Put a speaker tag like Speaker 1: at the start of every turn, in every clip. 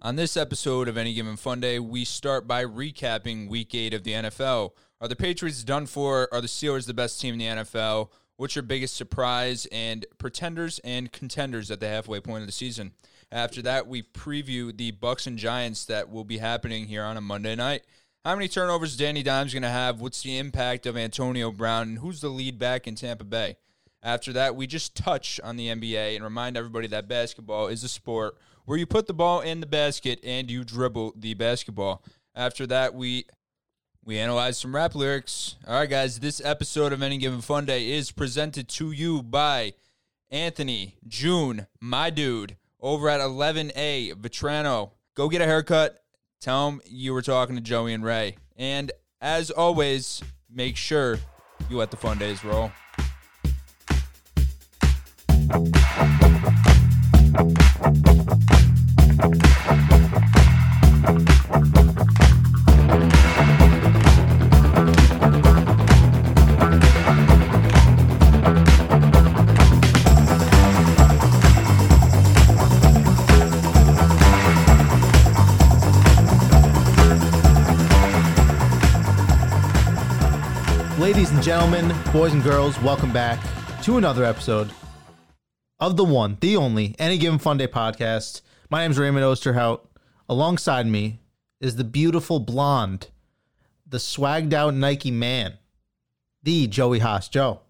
Speaker 1: On this episode of Any Given Fun Day, we start by recapping week eight of the NFL. Are the Patriots done for? Are the Steelers the best team in the NFL? What's your biggest surprise and pretenders and contenders at the halfway point of the season? After that, we preview the Bucks and Giants that will be happening here on a Monday night. How many turnovers is Danny Dimes going to have? What's the impact of Antonio Brown? And who's the lead back in Tampa Bay? After that, we just touch on the NBA and remind everybody that basketball is a sport where you put the ball in the basket and you dribble the basketball. After that, we we analyze some rap lyrics. All right, guys, this episode of Any Given Fun Day is presented to you by Anthony June, my dude, over at 11A Vetrano. Go get a haircut. Tell him you were talking to Joey and Ray. And as always, make sure you let the fun days roll.
Speaker 2: Ladies and gentlemen, boys and girls, welcome back to another episode of the one, the only, Any Given Fun Day podcast. My name's Raymond Osterhout. Alongside me is the beautiful blonde, the swagged out Nike man, the Joey Haas. Joe,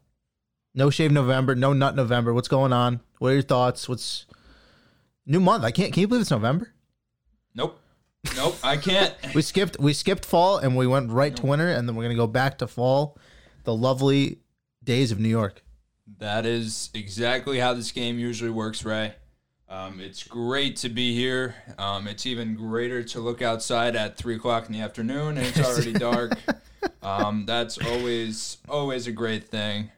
Speaker 2: no shave November, no nut November. What's going on? What are your thoughts? What's new month? I can't. Can you believe it's November?
Speaker 1: Nope. Nope, I can't.
Speaker 2: We skipped we skipped fall and we went right to winter and then we're gonna go back to fall, the lovely days of New York.
Speaker 1: That is exactly how this game usually works, Ray. Um, it's great to be here. Um, it's even greater to look outside at three o'clock in the afternoon, and it's already dark. Um, that's always always a great thing.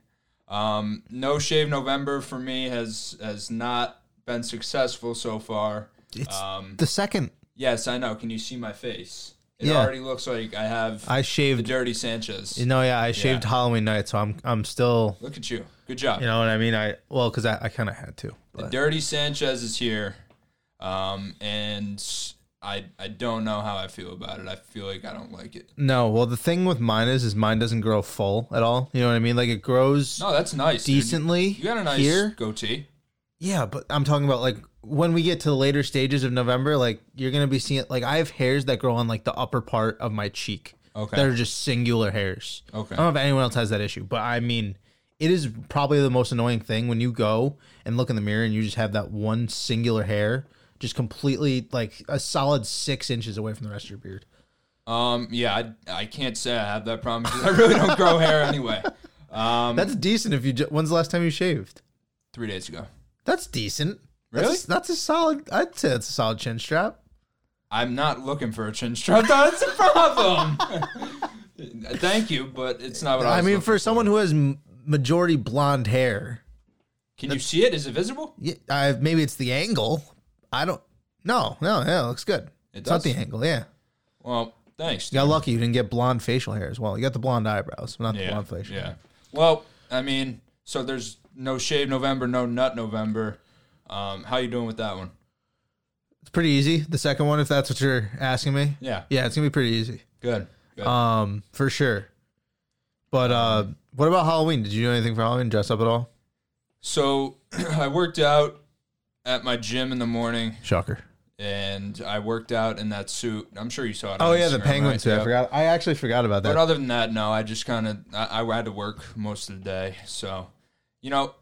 Speaker 1: Um, no shave November for me has has not been successful so far.
Speaker 2: It's
Speaker 1: Um,
Speaker 2: the second
Speaker 1: yes, I know. Can you see my face? It
Speaker 2: Yeah.
Speaker 1: already looks like I have
Speaker 2: I
Speaker 1: the
Speaker 2: shaved.
Speaker 1: dirty Sanchez.
Speaker 2: You know, yeah, I shaved
Speaker 1: Yeah.
Speaker 2: Halloween night, so I'm I'm still.
Speaker 1: Look at you. Good job.
Speaker 2: You know what I mean? I well, because I, I kind of had to. But
Speaker 1: Dirty Sanchez is here, um, and I I don't know how I feel about it. I feel like I don't like it.
Speaker 2: no, well, the thing with mine is, is mine doesn't grow full at all. You know what I mean? Like it grows
Speaker 1: No, that's nice. dude.
Speaker 2: decently
Speaker 1: You got a nice
Speaker 2: here.
Speaker 1: goatee.
Speaker 2: Yeah, but I'm talking about like when we get to the later stages of November, like you're gonna be seeing like I have hairs that grow on like the upper part of my cheek.
Speaker 1: Okay.
Speaker 2: That are just singular hairs.
Speaker 1: Okay.
Speaker 2: I don't know if anyone else has that issue, but I mean it is probably the most annoying thing when you go and look in the mirror and you just have that one singular hair just completely like a solid six inches away from the rest of your beard.
Speaker 1: Um, yeah, I, I can't say I have that problem because I really don't grow hair anyway. Um,
Speaker 2: That's decent if you ju- when's the last time you shaved?
Speaker 1: three days ago.
Speaker 2: That's decent.
Speaker 1: Really?
Speaker 2: That's, that's a solid I'd say that's a solid chin strap.
Speaker 1: I'm not looking for a chin strap. That's a problem. Thank you, but it's not what I,
Speaker 2: I
Speaker 1: was
Speaker 2: mean,
Speaker 1: looking
Speaker 2: for someone who has m- majority blonde hair,
Speaker 1: Can you see it? Is it visible?
Speaker 2: yeah, I, maybe it's the angle. I don't. No, no, yeah, it looks good.
Speaker 1: It
Speaker 2: it's not
Speaker 1: does.
Speaker 2: the angle. Yeah,
Speaker 1: Well, thanks.
Speaker 2: you got lucky. You didn't get blonde facial hair as well. You got the blonde eyebrows, but not the
Speaker 1: Yeah.
Speaker 2: blonde facial.
Speaker 1: Yeah.
Speaker 2: hair.
Speaker 1: Well, I mean, so there's no shave November, no nut November. Um, how you doing with that one?
Speaker 2: it's pretty easy. The second one, if that's what you're asking me.
Speaker 1: Yeah.
Speaker 2: Yeah, it's gonna be pretty easy,
Speaker 1: Good. Good.
Speaker 2: um, for sure. But uh, what about Halloween? Did you do anything for Halloween? Dress up at all?
Speaker 1: so I worked out at my gym in the morning,
Speaker 2: Shocker.
Speaker 1: and I worked out in that suit. I'm sure you saw it.
Speaker 2: Oh
Speaker 1: on
Speaker 2: yeah, the
Speaker 1: Instagram,
Speaker 2: penguin
Speaker 1: right?
Speaker 2: suit.
Speaker 1: Yeah.
Speaker 2: I forgot. I actually forgot about
Speaker 1: But
Speaker 2: that.
Speaker 1: other than that, no. I just kind of I, I had to work most of the day, so you know.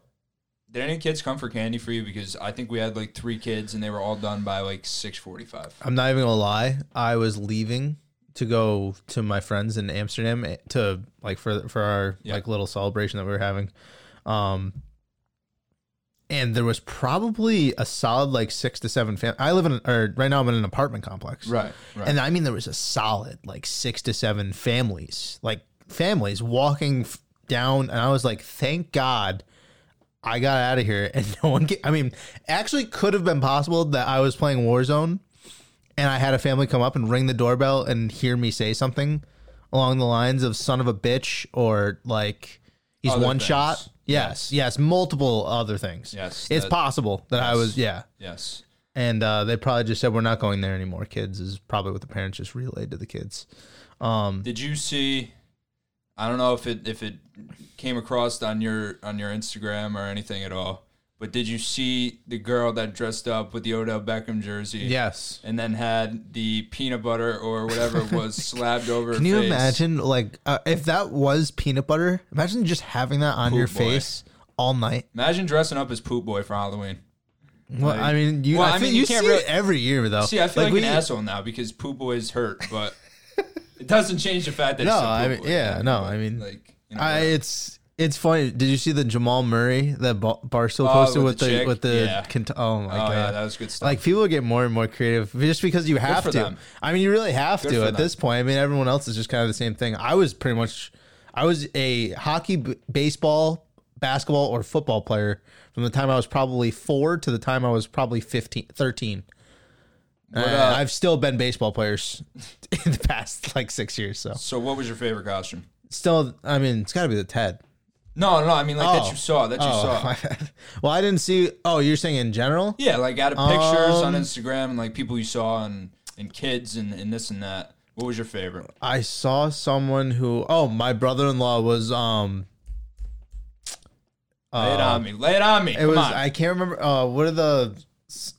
Speaker 1: Did any kids come for candy for you? Because I think we had like three kids, and they were all done by like six forty-five.
Speaker 2: I'm not even gonna lie. I was leaving to go to my friends in Amsterdam eh, to like for for our
Speaker 1: Yeah.
Speaker 2: like little celebration that we were having, um, and there was probably a solid like six to seven. Fam- I live in or right now I'm in an apartment complex,
Speaker 1: Right, right.
Speaker 2: and I mean there was a solid like six to seven families, like families walking f- down, and I was like, thank God. I got out of here and no one. Ca- I mean, actually, could have been possible that I was playing Warzone and I had a family come up and ring the doorbell and hear me say something along the lines of "son of a bitch" or like "he's
Speaker 1: Other
Speaker 2: one
Speaker 1: things.
Speaker 2: shot." Yes, yes, multiple other things.
Speaker 1: Yes,
Speaker 2: it's
Speaker 1: that-
Speaker 2: possible that I was. Yeah,
Speaker 1: Yes.
Speaker 2: and uh, they probably just said we're not going there anymore. Kids is probably what the parents just relayed to the kids. Um,
Speaker 1: Did you see? I don't know if it if it came across on your on your Instagram or anything at all, but did you see the girl that dressed up with the Odell Beckham jersey?
Speaker 2: yes.
Speaker 1: And then had the peanut butter or whatever it was slapped over.
Speaker 2: Can you imagine, like, uh, if that was peanut butter? Imagine just having that on your
Speaker 1: boy.
Speaker 2: face all night.
Speaker 1: Imagine dressing up as Poop Boy for Halloween.
Speaker 2: Well, I mean, you,
Speaker 1: Well,
Speaker 2: I
Speaker 1: I
Speaker 2: think
Speaker 1: mean,
Speaker 2: you,
Speaker 1: you can't
Speaker 2: see
Speaker 1: really-
Speaker 2: it every year though.
Speaker 1: See, I feel like,
Speaker 2: we,
Speaker 1: an asshole now because Poop Boy's hurt, but it doesn't change the fact that
Speaker 2: No,
Speaker 1: it's still
Speaker 2: I
Speaker 1: Poop
Speaker 2: mean-
Speaker 1: Boy,
Speaker 2: yeah,
Speaker 1: you
Speaker 2: no,
Speaker 1: know, but,
Speaker 2: I mean,
Speaker 1: like, you know,
Speaker 2: I, it's it's funny. Did you see the Jamal Murray that Bar- Barstool
Speaker 1: Oh,
Speaker 2: posted
Speaker 1: with
Speaker 2: with,
Speaker 1: the
Speaker 2: the,
Speaker 1: chick?
Speaker 2: with the
Speaker 1: Yeah.
Speaker 2: cont- oh my
Speaker 1: oh
Speaker 2: god,
Speaker 1: yeah, that was good stuff.
Speaker 2: like people get more and more creative just because you have
Speaker 1: for
Speaker 2: to.
Speaker 1: them.
Speaker 2: I mean, you really have
Speaker 1: Good
Speaker 2: to
Speaker 1: for
Speaker 2: at
Speaker 1: them.
Speaker 2: this point. I mean, everyone else is just kind of the same thing. I was pretty much, I was a hockey, b- baseball, basketball, or football player from the time I was probably four to the time I was probably 15, 13.
Speaker 1: What,
Speaker 2: And
Speaker 1: uh,
Speaker 2: I've still been baseball players in the past like six years. So
Speaker 1: so, what was your favorite costume?
Speaker 2: still, I mean, it's got to be the Ted.
Speaker 1: No, no, I mean like
Speaker 2: Oh.
Speaker 1: that you saw, that you
Speaker 2: Oh,
Speaker 1: saw.
Speaker 2: well, I didn't see. Oh, you're saying in general?
Speaker 1: Yeah, like out of pictures on
Speaker 2: Um,
Speaker 1: Instagram and like people you saw and and kids and, and this and that. What was your favorite?
Speaker 2: I saw someone who. Oh, my brother-in-law was. Um,
Speaker 1: Lay it on me. Lay it on me.
Speaker 2: it
Speaker 1: Come
Speaker 2: was.
Speaker 1: on.
Speaker 2: I can't remember. Uh, what are the?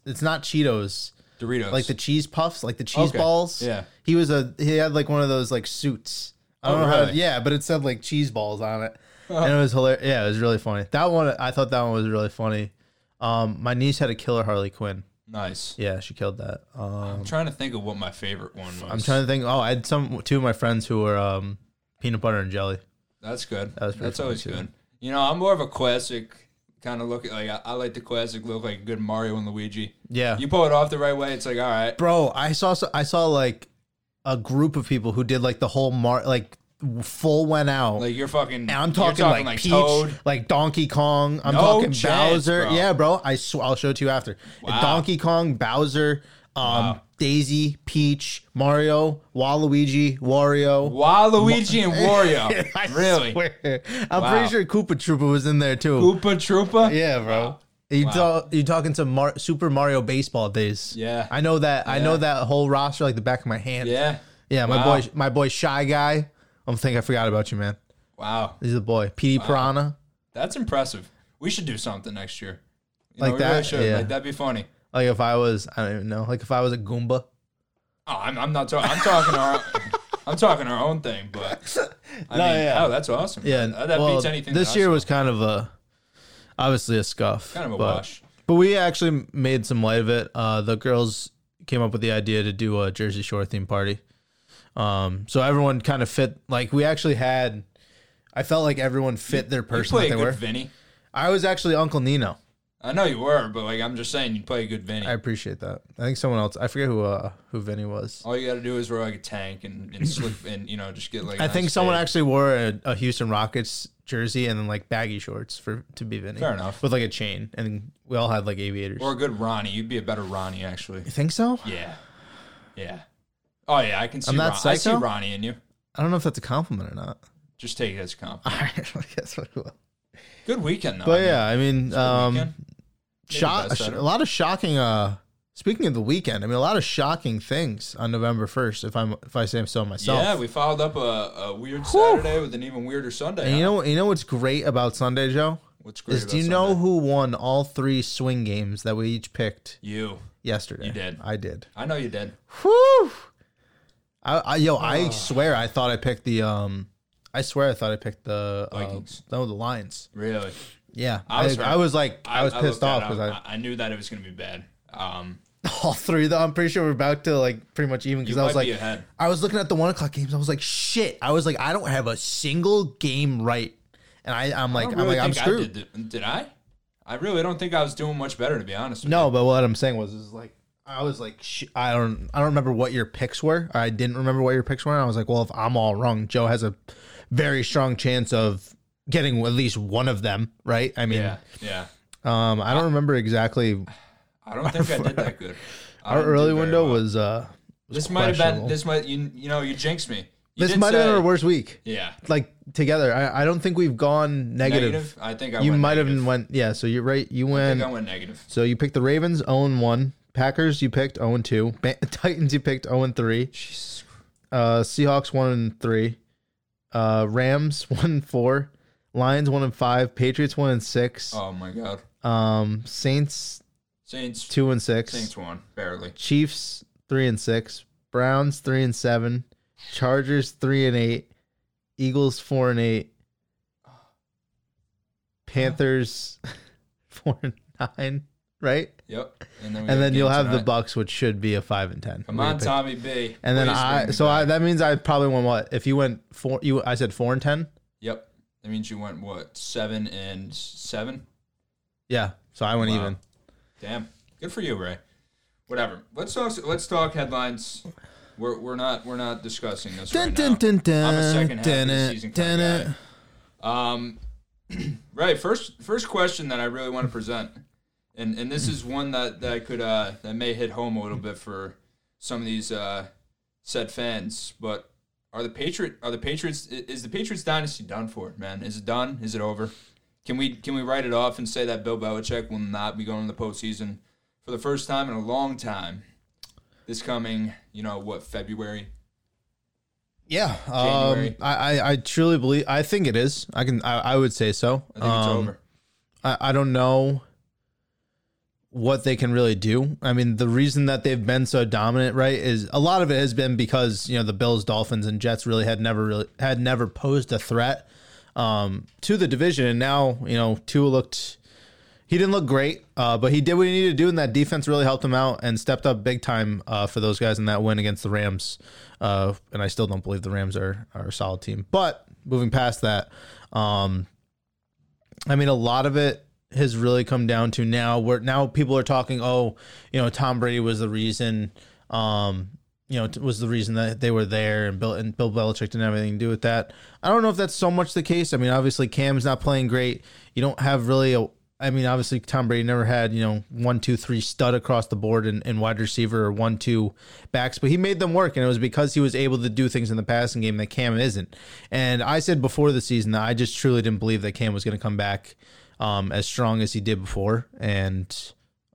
Speaker 2: It's not Cheetos.
Speaker 1: Doritos.
Speaker 2: Like the cheese puffs, like the cheese
Speaker 1: Okay,
Speaker 2: balls.
Speaker 1: yeah.
Speaker 2: He was a. He had like one of those like suits. I don't
Speaker 1: Oh,
Speaker 2: know how.
Speaker 1: really? Oh.
Speaker 2: Yeah, but it said like cheese balls on it, and it was hilarious. Yeah, it was really funny. That one, I thought that one was really funny. Um, my niece had a killer Harley Quinn.
Speaker 1: nice.
Speaker 2: Yeah, she killed that. Um,
Speaker 1: I'm trying to think of what my favorite one was.
Speaker 2: I'm trying to think. Oh, I had some two of my friends who were um, peanut butter and jelly.
Speaker 1: That's good.
Speaker 2: was pretty
Speaker 1: That's
Speaker 2: fun,
Speaker 1: always
Speaker 2: too.
Speaker 1: good. You know, I'm more of a classic kind of look. Like I, I like the classic look, like good Mario and Luigi.
Speaker 2: Yeah,
Speaker 1: You pull it off the right way, it's like all right.
Speaker 2: bro. I saw so- I saw like a group of people who did like the whole mar like full went out.
Speaker 1: Like you're fucking.
Speaker 2: and I'm
Speaker 1: you're
Speaker 2: talking, like, Peach,
Speaker 1: Toad.
Speaker 2: like Donkey Kong. I'm
Speaker 1: No
Speaker 2: talking
Speaker 1: chance,
Speaker 2: Bowser.
Speaker 1: bro.
Speaker 2: Yeah, bro. I sw- I'll show it to you after.
Speaker 1: Wow.
Speaker 2: Donkey Kong, Bowser, um, Daisy, Peach, Mario, Waluigi, Wario.
Speaker 1: Waluigi and Wario.
Speaker 2: I
Speaker 1: really?
Speaker 2: swear. I'm
Speaker 1: Wow.
Speaker 2: pretty sure Koopa Troopa was in there too.
Speaker 1: Koopa Troopa.
Speaker 2: Yeah, bro.
Speaker 1: Wow.
Speaker 2: You talk, you talking to Mar- Super Mario baseball days?
Speaker 1: Yeah.
Speaker 2: I know that. I know
Speaker 1: Yeah.
Speaker 2: that whole roster like the back of my hand.
Speaker 1: Yeah.
Speaker 2: yeah. My
Speaker 1: Wow.
Speaker 2: boy, my boy, shy guy. I'm think I forgot about you, man.
Speaker 1: Wow.
Speaker 2: He's the boy, PD Piranha.
Speaker 1: That's impressive. We should do something next year. You
Speaker 2: Like
Speaker 1: we
Speaker 2: that?
Speaker 1: Really should.
Speaker 2: Yeah.
Speaker 1: Like that'd be funny.
Speaker 2: Like if I was, I don't even know. Like if I was a Goomba.
Speaker 1: Oh, I'm, I'm not talking. I'm talking our. I'm talking our own thing, but I
Speaker 2: No,
Speaker 1: mean,
Speaker 2: yeah.
Speaker 1: oh, that's awesome.
Speaker 2: Yeah.
Speaker 1: that, that
Speaker 2: well,
Speaker 1: beats anything.
Speaker 2: This
Speaker 1: that I
Speaker 2: year
Speaker 1: saw.
Speaker 2: was kind of a, obviously a scuff.
Speaker 1: kind of a
Speaker 2: but,
Speaker 1: wash.
Speaker 2: But we actually made some light of it. Uh, the girls came up with the idea to do a Jersey Shore theme party. Um, so everyone kind of fit. Like we actually had, I felt like everyone fit their
Speaker 1: You
Speaker 2: person
Speaker 1: play
Speaker 2: that
Speaker 1: a
Speaker 2: they
Speaker 1: good
Speaker 2: were.
Speaker 1: Vinny.
Speaker 2: I was actually Uncle Nino.
Speaker 1: I know you were, but like I'm just saying, you play a good Vinny.
Speaker 2: I appreciate that. I think someone else. I forget who uh, who Vinny was.
Speaker 1: All you got to do is wear like a tank and, and slip and you know just get like. a
Speaker 2: I
Speaker 1: nice
Speaker 2: think someone
Speaker 1: fade.
Speaker 2: actually wore a, a Houston Rockets jersey and then like baggy shorts for to be Vinny.
Speaker 1: Fair enough.
Speaker 2: With like a chain, and we all had like aviators.
Speaker 1: or a good Ronnie. You'd be a better Ronnie actually.
Speaker 2: you think so?
Speaker 1: Yeah, yeah. Oh yeah, I can see.
Speaker 2: I'm not
Speaker 1: Ron- I see
Speaker 2: psycho?
Speaker 1: Ronnie in you.
Speaker 2: I don't know if that's a compliment or not.
Speaker 1: Just take it as a compliment.
Speaker 2: I guess what it was.
Speaker 1: Good weekend though. I
Speaker 2: But
Speaker 1: mean,
Speaker 2: yeah, I mean, um,
Speaker 1: weekend.
Speaker 2: shock,
Speaker 1: best
Speaker 2: a,
Speaker 1: better.
Speaker 2: lot of shocking. Uh, speaking of the weekend, I mean, a lot of shocking things on November first. If I'm, if I say so myself.
Speaker 1: Yeah, we followed up a, a weird Saturday with an even weirder Sunday.
Speaker 2: and you know, you know what's great about Sunday, Joe,
Speaker 1: what's great?
Speaker 2: is do
Speaker 1: about
Speaker 2: you know
Speaker 1: Sunday?
Speaker 2: who won all three swing games that we each picked
Speaker 1: you?
Speaker 2: yesterday?
Speaker 1: You did.
Speaker 2: I did.
Speaker 1: I know you did.
Speaker 2: Whew. I, I yo, I swear, I thought I picked the um. I swear, I thought I picked the uh,
Speaker 1: Vikings.
Speaker 2: no, the Lions.
Speaker 1: Really,
Speaker 2: Yeah, I
Speaker 1: I was
Speaker 2: was. I,
Speaker 1: hurt.
Speaker 2: was like, I, was pissed
Speaker 1: looked at
Speaker 2: off
Speaker 1: it.
Speaker 2: because I,
Speaker 1: I, I knew that it was going to be bad. Um,
Speaker 2: all three though. I'm pretty sure we're about to like pretty much even because
Speaker 1: You
Speaker 2: I was
Speaker 1: might be
Speaker 2: like,
Speaker 1: ahead.
Speaker 2: I was looking at the one o'clock games. I was like, shit. I was like, I don't have a single game right, and I I'm like
Speaker 1: I
Speaker 2: I
Speaker 1: don't really
Speaker 2: am like I'm
Speaker 1: think
Speaker 2: screwed.
Speaker 1: I did, th- did I? I really don't think I was doing much better, to be honest. With
Speaker 2: No, but what I'm saying was is like I was like sh- I don't I don't remember what your picks were. I didn't remember what your picks were. And I was like, well, if I'm all wrong, Joe has a very strong chance of getting at least one of them right. I mean,
Speaker 1: you. Yeah, yeah.
Speaker 2: um, I don't remember exactly.
Speaker 1: I don't think I did that good. I
Speaker 2: Our
Speaker 1: didn't do
Speaker 2: early
Speaker 1: very
Speaker 2: window
Speaker 1: well.
Speaker 2: was uh was
Speaker 1: This might have been.
Speaker 2: questionable.
Speaker 1: This might you you know you jinxed me. You
Speaker 2: this
Speaker 1: did
Speaker 2: might have been
Speaker 1: say-
Speaker 2: our worst week.
Speaker 1: Yeah,
Speaker 2: like together. I, I don't think we've gone negative.
Speaker 1: negative. I think I
Speaker 2: You
Speaker 1: went
Speaker 2: might
Speaker 1: negative.
Speaker 2: have went yeah. So you're right. You
Speaker 1: I think
Speaker 2: went.
Speaker 1: I went negative.
Speaker 2: So you picked the Ravens own one. Packers you picked 0 and 2. Ba- Titans you picked 0 and 3.
Speaker 1: Jesus Christ.
Speaker 2: Uh, Seahawks 1 and 3. Uh, Rams 1 and 4. Lions 1 and 5. Patriots 1 and 6.
Speaker 1: Oh my God.
Speaker 2: Um, Saints
Speaker 1: Saints.
Speaker 2: 2 and 6.
Speaker 1: Saints won barely.
Speaker 2: Chiefs 3 and 6. Browns 3 and 7. Chargers 3 and 8. Eagles 4 and 8. Panthers 4 and 9, right?
Speaker 1: Yep. And then, we
Speaker 2: and
Speaker 1: a
Speaker 2: then
Speaker 1: game
Speaker 2: you'll have the
Speaker 1: tonight.
Speaker 2: Bucks, which should be a five and ten.
Speaker 1: Come on,
Speaker 2: Repick.
Speaker 1: Tommy B.
Speaker 2: And then
Speaker 1: Please
Speaker 2: I,
Speaker 1: bring me
Speaker 2: so
Speaker 1: back.
Speaker 2: I, that means I probably went what? If you went four, you I said four and ten.
Speaker 1: Yep. That means you went what seven and seven.
Speaker 2: Yeah, so I went
Speaker 1: Wow.
Speaker 2: even.
Speaker 1: Damn. Good for you, Ray. Whatever. Let's talk. Let's talk headlines. We're, we're not we're not discussing this right now. I'm a second half of the season kind of guy. Um, right. First, first question that I really want to present, and and this is one that that could uh, that may hit home a little bit for some of these uh, said fans. But are the Patriot are the Patriots i- is the Patriots dynasty done for? Man, is it done? Is it over? Can we can we write it off and say that Bill Belichick will not be going to the postseason for the first time in a long time? This coming, you know, what February?
Speaker 2: Yeah, um,
Speaker 1: January.
Speaker 2: I, I I truly believe. I think it is. I can. I, I would say so.
Speaker 1: I think it's
Speaker 2: Um,
Speaker 1: over.
Speaker 2: I, I don't know what they can really do. I mean, the reason that they've been so dominant, right, is a lot of it has been because you know the Bills, Dolphins, and Jets really had never really had never posed a threat um, to the division, and now you know Tua looked. He didn't look great, uh, but he did what he needed to do, and that defense really helped him out and stepped up big time uh, for those guys in that win against the Rams. Uh, and I still don't believe the Rams are, are a solid team. But moving past that, um, I mean, a lot of it has really come down to now where now people are talking, oh, you know, Tom Brady was the reason, um, you know, t- was the reason that they were there and Bill and Bill Belichick didn't have anything to do with that. I don't know if that's so much the case. I mean, obviously Cam's not playing great. You don't have really a I mean, obviously Tom Brady never had, you know, one, two, three stud across the board and, and wide receiver or one, two backs, but he made them work and it was because he was able to do things in the passing game that Cam isn't. And I said before the season that I just truly didn't believe that Cam was gonna come back um, as strong as he did before. And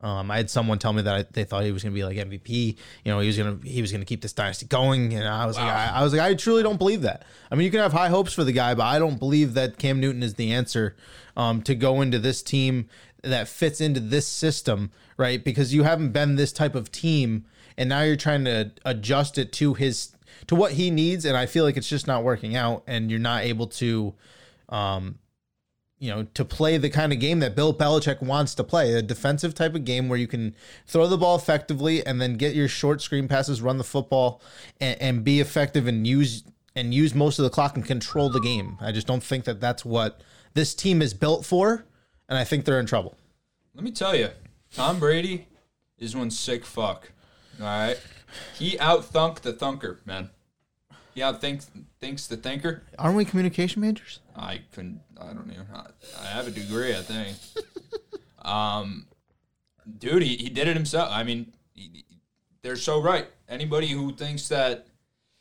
Speaker 2: um, I had someone tell me that I, they thought he was going to be like MVP. You know, he was going to he was going to keep this dynasty going. And I was like, I, I was like, I truly don't believe that. I mean, you can have high hopes for the guy, but I don't believe that Cam Newton is the answer um, to go into this team that fits into this system, right? Because you haven't been this type of team, and now you're trying to adjust it to his to what he needs. And I feel like it's just not working out, and you're not able to you know, to play the kind of game that Bill Belichick wants to play, a defensive type of game where you can throw the ball effectively and then get your short screen passes, run the football, and, and be effective and use and use most of the clock and control the game. I just don't think that that's what this team is built for, and I think they're in trouble.
Speaker 1: Let me tell you, Tom Brady is one sick fuck. All right, he out thunk the thunker, man. He out thinks thinks the thinker.
Speaker 2: Aren't we communication majors?
Speaker 1: I couldn't. I don't even. I, I have a degree, I think. um, dude, he, he did it himself. I mean, he, he- they're so right. Anybody who thinks that,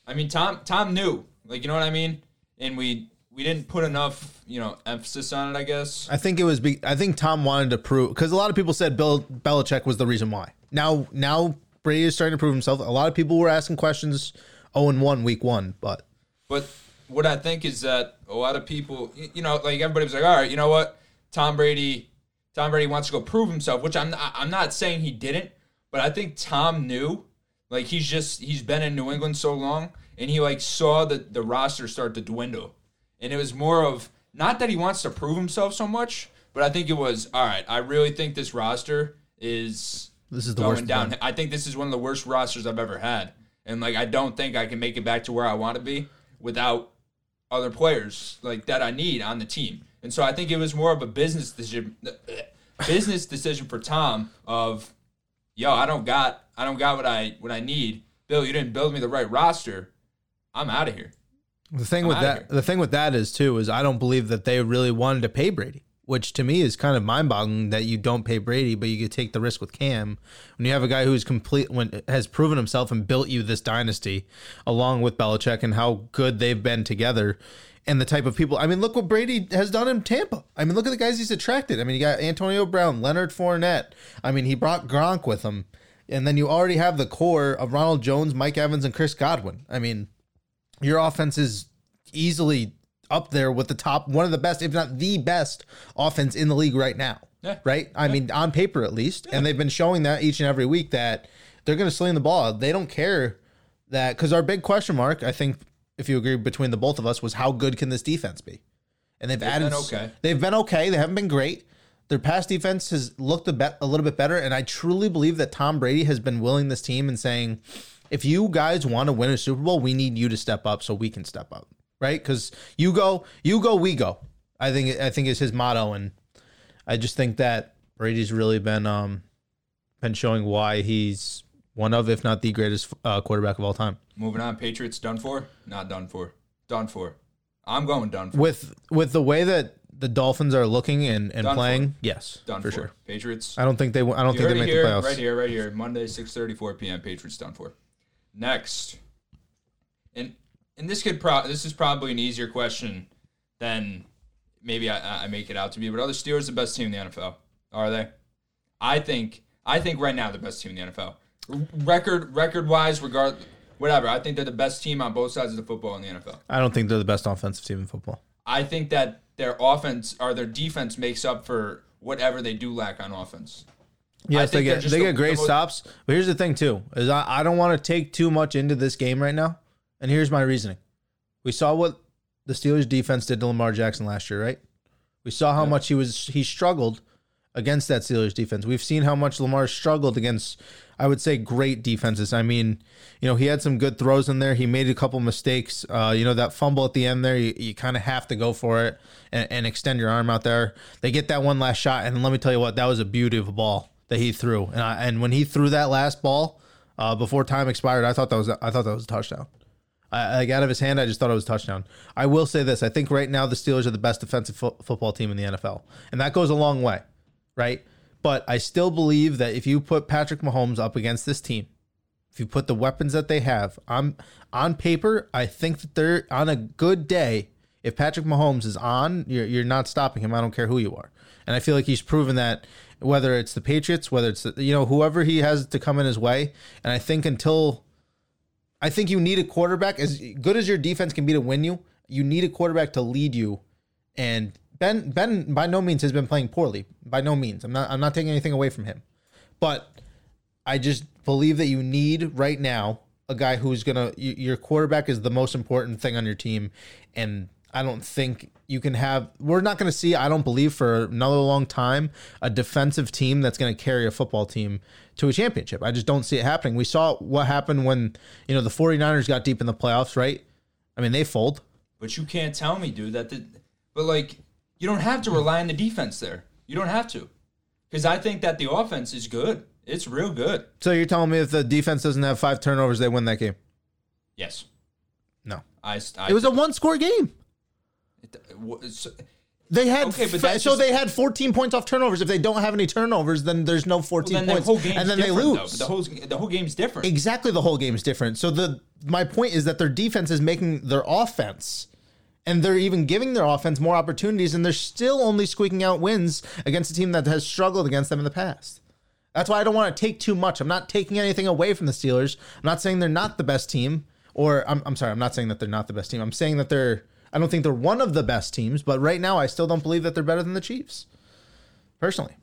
Speaker 1: I mean, Tom Tom knew, like you know what I mean, and we we didn't put enough you know emphasis on it. I guess.
Speaker 2: I think it was. Be, I think Tom wanted to prove because a lot of people said Bill Belichick was the reason why. Now, now Brady is starting to prove himself. A lot of people were asking questions. Oh, and one week one, but
Speaker 1: But what I think is that a lot of people, y- you know, like everybody was like, all right, you know what, Tom Brady, Tom Brady wants to go prove himself, which I'm not, I'm not saying he didn't, but I think Tom knew, like he's just he's been in New England so long, and he like saw the the roster start to dwindle, and it was more of not that he wants to prove himself so much, but I think it was all right. I really think this roster is
Speaker 2: This is the
Speaker 1: going
Speaker 2: worst
Speaker 1: down.
Speaker 2: one.
Speaker 1: I think this is one of the worst rosters I've ever had, and like I don't think I can make it back to where I want to be without other players like that I need on the team. And so I think it was more of a business decision, business decision for Tom of, yo, I don't got, I don't got what I what I need. Bill, you didn't build me the right roster. I'm out of here.
Speaker 2: The thing with
Speaker 1: outta
Speaker 2: that, the thing with that is too, is I don't believe that they really wanted to pay Brady, which to me is kind of mind-boggling that you don't pay Brady, but you could take the risk with Cam when you have a guy who's complete, when has proven himself and built you this dynasty, along with Belichick and how good they've been together, and the type of people. I mean, look what Brady has done in Tampa. I mean, look at the guys he's attracted. I mean, you got Antonio Brown, Leonard Fournette. I mean, he brought Gronk with him. And then you already have the core of Ronald Jones, Mike Evans, and Chris Godwin. I mean, your offense is easily up there with the top, one of the best, if not the best offense in the league right now.
Speaker 1: Yeah.
Speaker 2: Right? I mean, on paper at least. And they've been showing that each and every week that they're going to sling the ball. They don't care that, because our big question mark, I think, if you agree between the both of us, was how good can this defense be? And they've, added,
Speaker 1: been okay.
Speaker 2: they've been okay. They haven't been great. Their pass defense has looked a, bet, a little bit better. And I truly believe that Tom Brady has been willing this team and saying, if you guys want to win a Super Bowl, we need you to step up so we can step up, right? Because you go, you go, we go. I think I think is his motto, and I just think that Brady's really been um been showing why he's one of, if not the greatest uh, quarterback of all time.
Speaker 1: Moving on, Patriots done for? Not done for. Done for. I'm going done for.
Speaker 2: With with the way that the Dolphins are looking and, and
Speaker 1: Done for.
Speaker 2: playing, yes,
Speaker 1: Done
Speaker 2: for,
Speaker 1: for.
Speaker 2: sure.
Speaker 1: Patriots.
Speaker 2: I don't think they. I
Speaker 1: You
Speaker 2: don't think
Speaker 1: heard
Speaker 2: they
Speaker 1: it
Speaker 2: make
Speaker 1: here,
Speaker 2: the playoffs.
Speaker 1: right here, right here. Monday, 6:34 p.m. Patriots done for. Next, and and this could pro- this is probably an easier question than maybe I, I make it out to be. But are the Steelers the best team in the NFL? Are they? I think I think right now the best team in the NFL. R- Record record wise, regard whatever. I think they're the best team on both sides of the football in the NFL.
Speaker 2: I don't think they're the best offensive team in football.
Speaker 1: I think that their offense or their defense makes up for whatever they do lack on offense.
Speaker 2: Yes, they
Speaker 1: think they're
Speaker 2: get
Speaker 1: just
Speaker 2: they
Speaker 1: the-
Speaker 2: get
Speaker 1: the
Speaker 2: great
Speaker 1: most-
Speaker 2: stops. But here's the thing too is I, I don't want to take too much into this game right now. And here's my reasoning. We saw what the Steelers defense did to Lamar Jackson last year, right? We saw how much he was he struggled against that Steelers defense. We've seen how much Lamar struggled against I would say great defenses. I mean, you know, he had some good throws in there. He made a couple mistakes. Uh, you know, that fumble at the end there, you, you kind of have to go for it and, and extend your arm out there. They get that one last shot, and let me tell you what, that was a beauty of a ball that he threw. And I, and when he threw that last ball uh, before time expired, I thought that was I thought that was a touchdown. I, like out of his hand, I just thought it was a touchdown. I will say this: I think right now the Steelers are the best defensive fo- football team in the NFL, and that goes a long way, right? But I still believe that if you put Patrick Mahomes up against this team, if you put the weapons that they have, I'm on paper, I think that they're on a good day. If Patrick Mahomes is on, you're, you're not stopping him. I don't care who you are, and I feel like he's proven that whether it's the Patriots, whether it's the, you know whoever he has to come in his way, and I think until I think you need a quarterback as good as your defense can be to win you. You need a quarterback to lead you, and Ben Ben by no means has been playing poorly. By no means, I'm not I'm not taking anything away from him, but I just believe that you need right now a guy who's gonna y- your quarterback is the most important thing on your team, and I don't think you can have. We're not gonna see. I don't believe for another long time a defensive team that's gonna carry a football team to a championship. I just don't see it happening. We saw what happened when you know the 49ers got deep in the playoffs, right? I mean they fold.
Speaker 1: But you can't tell me, dude, that the but like you don't have to rely on the defense there. You don't have to. Because I think that the offense is good. It's real good.
Speaker 2: So you're telling me if the defense doesn't have five turnovers, they win that game?
Speaker 1: Yes.
Speaker 2: No,
Speaker 1: I, I
Speaker 2: it was a one score game.
Speaker 1: it was-
Speaker 2: They had
Speaker 1: Okay, but
Speaker 2: fa-
Speaker 1: that's
Speaker 2: so
Speaker 1: just-
Speaker 2: they had 14 points off turnovers. If they don't have any turnovers, then there's no 14
Speaker 1: then the
Speaker 2: points,
Speaker 1: whole game
Speaker 2: and then they lose.
Speaker 1: The whole the whole game's different.
Speaker 2: exactly, the whole game's different. So the my point is that their defense is making their offense, and they're even giving their offense more opportunities, and they're still only squeaking out wins against a team that has struggled against them in the past. That's why I don't want to take too much. I'm not taking anything away from the Steelers. I'm not saying they're not the best team, or I'm, I'm sorry, I'm not saying that they're not the best team. I'm saying that they're. I don't think they're one of the best teams, but right now I still don't believe that they're better than the Chiefs. Personally,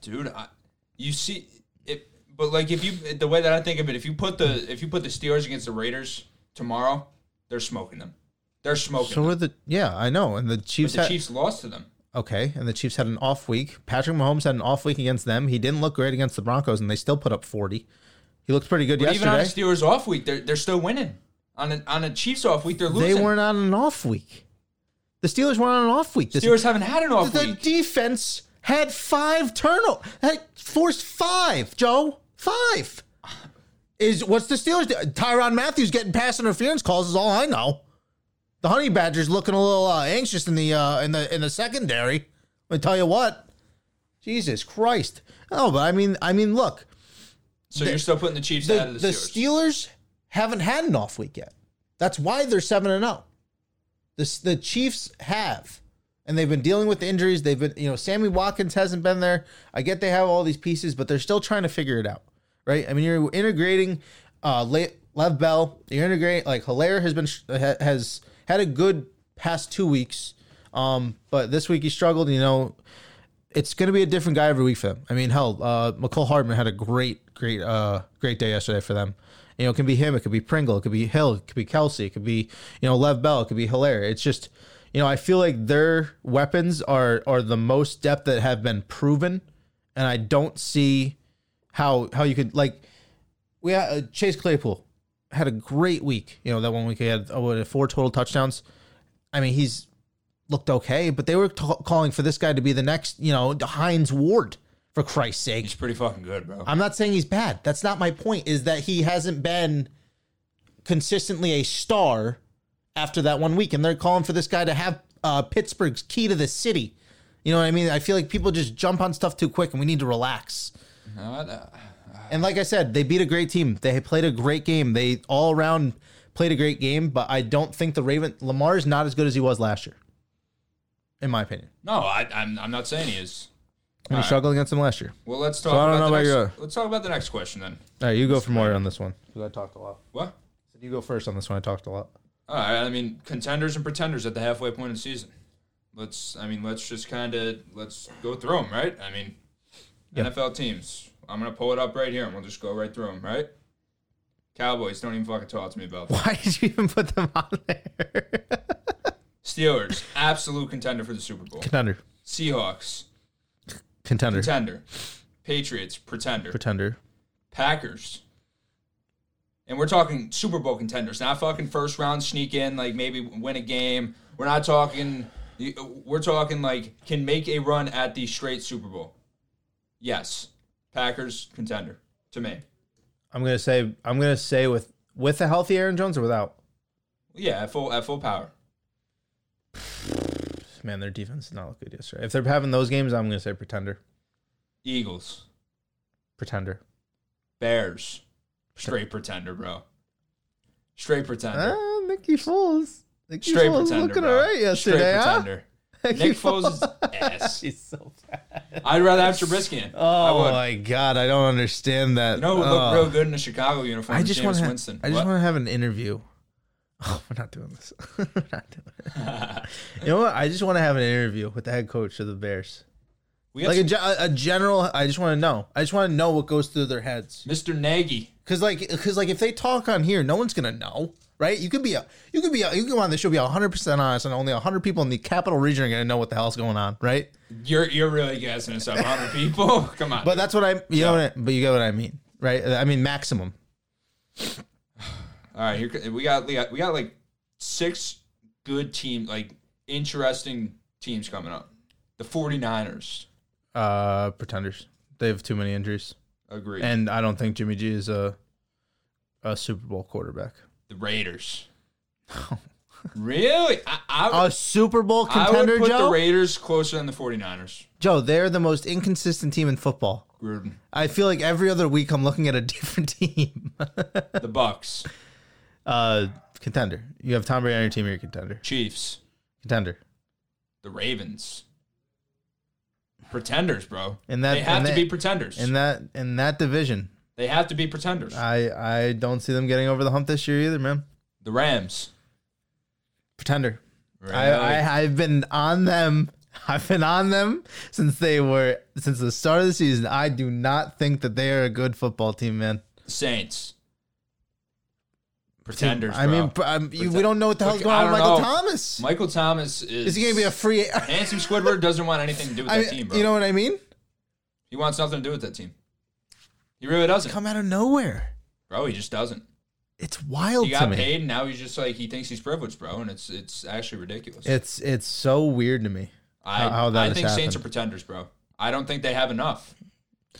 Speaker 1: dude I, you see it but like if you the way that i think of it if you put the if you put the steelers against the raiders tomorrow they're smoking them they're smoking
Speaker 2: so
Speaker 1: them.
Speaker 2: we're the yeah, I know, and the Chiefs.
Speaker 1: But the
Speaker 2: had-
Speaker 1: chiefs lost to them
Speaker 2: Okay, and the Chiefs had an off week. Patrick Mahomes had an off week against them. He didn't look great against the Broncos, and they still put up forty. He looked pretty good
Speaker 1: but even on the
Speaker 2: yesterday.
Speaker 1: steelers off week they're, they're still winning on a, on a chiefs off week they're
Speaker 2: They
Speaker 1: losing
Speaker 2: weren't on an off week. The Steelers weren't on an off week. This
Speaker 1: steelers haven't had an off
Speaker 2: the
Speaker 1: week
Speaker 2: defense had five turnovers. Had forced five, Joe. Five. Is what's the Steelers? do- Tyron Matthews getting pass interference calls is all I know. The Honey Badgers looking a little uh, anxious in the uh, in the in the secondary. I tell you what, Jesus Christ! Oh, but I mean, I mean, look,
Speaker 1: so you're still putting the chiefs out
Speaker 2: the,
Speaker 1: of the,
Speaker 2: the
Speaker 1: steelers
Speaker 2: Steelers haven't had an off week yet. That's why they're seven and zero. The S- the Chiefs have, and they've been dealing with injuries. They've been you know Sammy Watkins hasn't been there. I get they have all these pieces, but they're still trying to figure it out. right? I mean, you're integrating uh, Le- Lev Bell. You're integrating like Hilaire has been ha- has had a good past two weeks, um, but this week he struggled. You know, it's going to be a different guy every week for them. I mean, hell, uh, McCole Hardman had a great, great, uh, great day yesterday for them. You know, it can be him, it could be Pringle, it could be Hill, it could be Kelsey, it could be you know Lev Bell, it could be Hilaire. It's just you know I feel like their weapons are are the most depth that have been proven, and I don't see how how you could like we had, uh, Chase Claypool had a great week. You know that one week he had uh, what, four total touchdowns. I mean he's looked okay, but they were t- calling for this guy to be the next you know Heinz Ward for Christ's sake.
Speaker 1: He's pretty fucking good, bro.
Speaker 2: I'm not saying he's bad. That's not my point. Is that he hasn't been consistently a star after that one week, and they're calling for this guy to have uh, Pittsburgh's key to the city. You know what I mean? I feel like people just jump on stuff too quick, and we need to relax.
Speaker 1: Not, uh,
Speaker 2: And like I said, they beat a great team. They played a great game. They all around played a great game, but I don't think the Raven Lamar is not as good as he was last year, in my opinion.
Speaker 1: no, I, I'm, I'm not saying he is.
Speaker 2: And he struggled against him last year.
Speaker 1: Well, let's talk.
Speaker 2: I don't
Speaker 1: about
Speaker 2: know
Speaker 1: the
Speaker 2: about
Speaker 1: next,
Speaker 2: your-
Speaker 1: Let's talk about the next question then.
Speaker 2: All right, you go for more on this one because I talked a lot.
Speaker 1: What?
Speaker 2: So you go first on this one. I talked a lot.
Speaker 1: All right. I mean, contenders and pretenders at the halfway point of the season. Let's. I mean, let's just kind of let's go through them, right? I mean, NFL teams. I'm gonna pull it up right here, and we'll just go right through them, right? Cowboys. Don't even fucking talk to me about that.
Speaker 2: Why did you even put them on there?
Speaker 1: Steelers. Absolute contender for the Super Bowl.
Speaker 2: Contender.
Speaker 1: Seahawks.
Speaker 2: Contender.
Speaker 1: Pretender. Patriots. Pretender.
Speaker 2: Pretender.
Speaker 1: Packers. And we're talking Super Bowl contenders, not fucking first round sneak in, like maybe win a game. We're not talking, we're talking like can make a run at the straight Super Bowl. Yes. Packers contender to me.
Speaker 2: I'm gonna say I'm gonna say with with a healthy Aaron Jones or without.
Speaker 1: Yeah, at full, at full power.
Speaker 2: Man, their defense did not look good yesterday. If they're having those games, I'm gonna say pretender.
Speaker 1: Eagles,
Speaker 2: Pretender.
Speaker 1: Bears, straight pretender, bro. Straight pretender.
Speaker 2: Ah, Nicky Foles. Nicky
Speaker 1: Straight
Speaker 2: Foles
Speaker 1: pretender.
Speaker 2: looking
Speaker 1: bro.
Speaker 2: all right yesterday.
Speaker 1: Straight
Speaker 2: huh?
Speaker 1: pretender.
Speaker 2: Nicky
Speaker 1: Nick Foles is ass.
Speaker 2: He's so bad.
Speaker 1: I'd rather have Trubisky. I
Speaker 2: Oh
Speaker 1: would.
Speaker 2: my god, I don't understand that.
Speaker 1: You know who would
Speaker 2: Oh.
Speaker 1: look real good in a Chicago uniform?
Speaker 2: I just
Speaker 1: James
Speaker 2: want to. I just
Speaker 1: Winston. What?
Speaker 2: want to have an interview. Oh, we're not doing this. we're not doing it. you know what? I just want to have an interview with the head coach of the Bears.
Speaker 1: we got
Speaker 2: Like a, ge- a a general. I just want to know. I just want to know what goes through their heads.
Speaker 1: Mr. Nagy.
Speaker 2: Cause like, cause like, if they talk on here, no one's gonna know, right? You could be a, you could be a, you could go on the show be hundred percent honest, and only hundred people in the capital region are gonna know what the hell's going on, right?
Speaker 1: You're you're really guessing it's up. 100 people. Come on.
Speaker 2: But that's what I, you know, what I, but you get what I mean, right? I mean maximum.
Speaker 1: All right, here co- we got we got we got like six good teams, like interesting teams coming up. The 49ers.
Speaker 2: Uh, pretenders. They have too many injuries.
Speaker 1: Agree.
Speaker 2: And I don't think Jimmy G is a a Super Bowl quarterback.
Speaker 1: the Raiders. really? I, I, would-
Speaker 2: A Super Bowl
Speaker 1: I would
Speaker 2: contender,
Speaker 1: put the
Speaker 2: Joe.
Speaker 1: Raiders closer than the 49ers.
Speaker 2: Joe, they're the most inconsistent team in football.
Speaker 1: Gruden.
Speaker 2: I feel like every other week I'm looking at a different team.
Speaker 1: The Bucks.
Speaker 2: uh, contender. You have Tom Brady on your team. You're a contender.
Speaker 1: Chiefs.
Speaker 2: Contender.
Speaker 1: The Ravens. Pretenders, bro.
Speaker 2: And that-
Speaker 1: they have
Speaker 2: and
Speaker 1: to
Speaker 2: that-
Speaker 1: be pretenders.
Speaker 2: In that in that division,
Speaker 1: they have to be pretenders.
Speaker 2: I I don't see them getting over the hump this year either, man.
Speaker 1: the Rams.
Speaker 2: Pretender.
Speaker 1: Right.
Speaker 2: I, I I've been on them. I've been on them since they were since the start of the season. I do not think that they are a good football team, man.
Speaker 1: Saints. Pretenders.
Speaker 2: I mean, pr- um, you, we don't know what the hell's
Speaker 1: Look,
Speaker 2: going
Speaker 1: I
Speaker 2: on with
Speaker 1: don't
Speaker 2: Michael
Speaker 1: know.
Speaker 2: Thomas.
Speaker 1: Michael Thomas is.
Speaker 2: Is he going to be a free?
Speaker 1: handsome Squidward? Doesn't want anything to do with
Speaker 2: I
Speaker 1: that team,
Speaker 2: mean,
Speaker 1: bro.
Speaker 2: you know what I mean?
Speaker 1: he wants nothing to do with that team. He really doesn't,
Speaker 2: Come out of nowhere.
Speaker 1: bro. He just doesn't.
Speaker 2: It's wild
Speaker 1: He
Speaker 2: to
Speaker 1: got
Speaker 2: me.
Speaker 1: paid, and now he's just like he thinks he's privileged, bro. And it's it's actually ridiculous.
Speaker 2: It's it's so weird to me.
Speaker 1: I
Speaker 2: how- how that
Speaker 1: I
Speaker 2: has
Speaker 1: think Saints
Speaker 2: happened.
Speaker 1: are pretenders, bro. I don't think they have enough.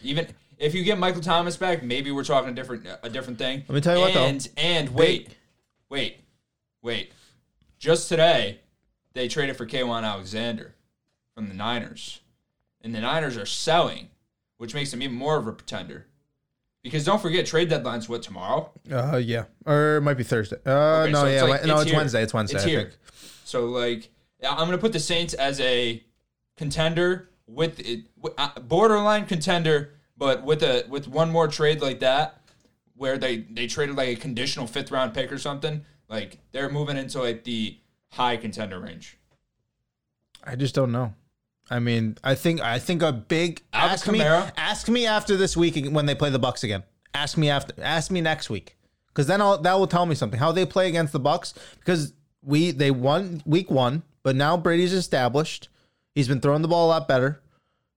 Speaker 1: Even if you get Michael Thomas back, maybe we're talking a different a different thing.
Speaker 2: Let me tell you what,
Speaker 1: and,
Speaker 2: though.
Speaker 1: And wait, wait, wait. Just today, they traded for Kwan Alexander from the Niners, and the Niners are selling, which makes them even more of a pretender. Because don't forget, trade deadline's what tomorrow.
Speaker 2: Uh, yeah, or it might be Thursday. Uh,
Speaker 1: Okay,
Speaker 2: no,
Speaker 1: so
Speaker 2: yeah,
Speaker 1: like,
Speaker 2: Wed- no, it's
Speaker 1: here.
Speaker 2: Wednesday. It's Wednesday. I think.
Speaker 1: So like, I- I'm gonna put the Saints as a contender with it, w- uh, borderline contender, But with a with one more trade like that, where they they traded like a conditional fifth round pick or something, like they're moving into like the high contender range.
Speaker 2: I just don't know. I mean, I think I think a big
Speaker 1: Alvin
Speaker 2: ask me
Speaker 1: Kamara?
Speaker 2: ask me after this week when they play the Bucks again. Ask me after ask me next week because then I'll, that will tell me something how they play against the Bucks because we they won week one, but now Brady's established. He's been throwing the ball a lot better.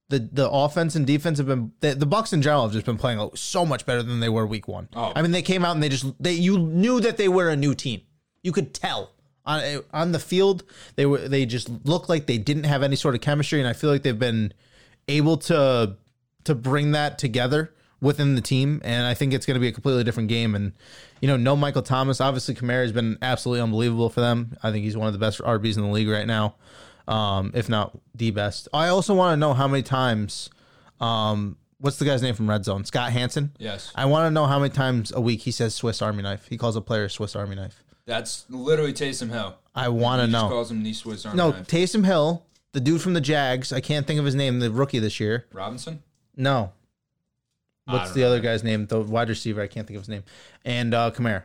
Speaker 2: The the offense and defense have been the, the Bucks in general have just been playing so much better than they were week one.
Speaker 1: Oh.
Speaker 2: I mean, they came out and they just they you knew that they were a new team. You could tell on on the field they were they just looked like they didn't have any sort of chemistry, and I feel like they've been able to to bring that together within the team. And I think it's going to be a completely different game. And you know, no Michael Thomas. Obviously, Kamara has been absolutely unbelievable for them. I think he's one of the best RBs in the league right now, um, if not the best. I also want to know how many times. Um, what's the guy's name from Red Zone? Scott Hansen.
Speaker 1: Yes,
Speaker 2: I want to know how many times a week he says Swiss Army knife. He calls a player a Swiss Army knife.
Speaker 1: that's literally Taysom Hill.
Speaker 2: I want to
Speaker 1: He just
Speaker 2: know.
Speaker 1: calls him the Swiss Army
Speaker 2: No,
Speaker 1: knife.
Speaker 2: Taysom Hill, the dude from the Jags. I can't think of his name. The rookie this year.
Speaker 1: Robinson.
Speaker 2: No.
Speaker 1: I
Speaker 2: What's
Speaker 1: don't
Speaker 2: the other guy's name? The wide receiver. I can't think of his name. And uh, Kamara.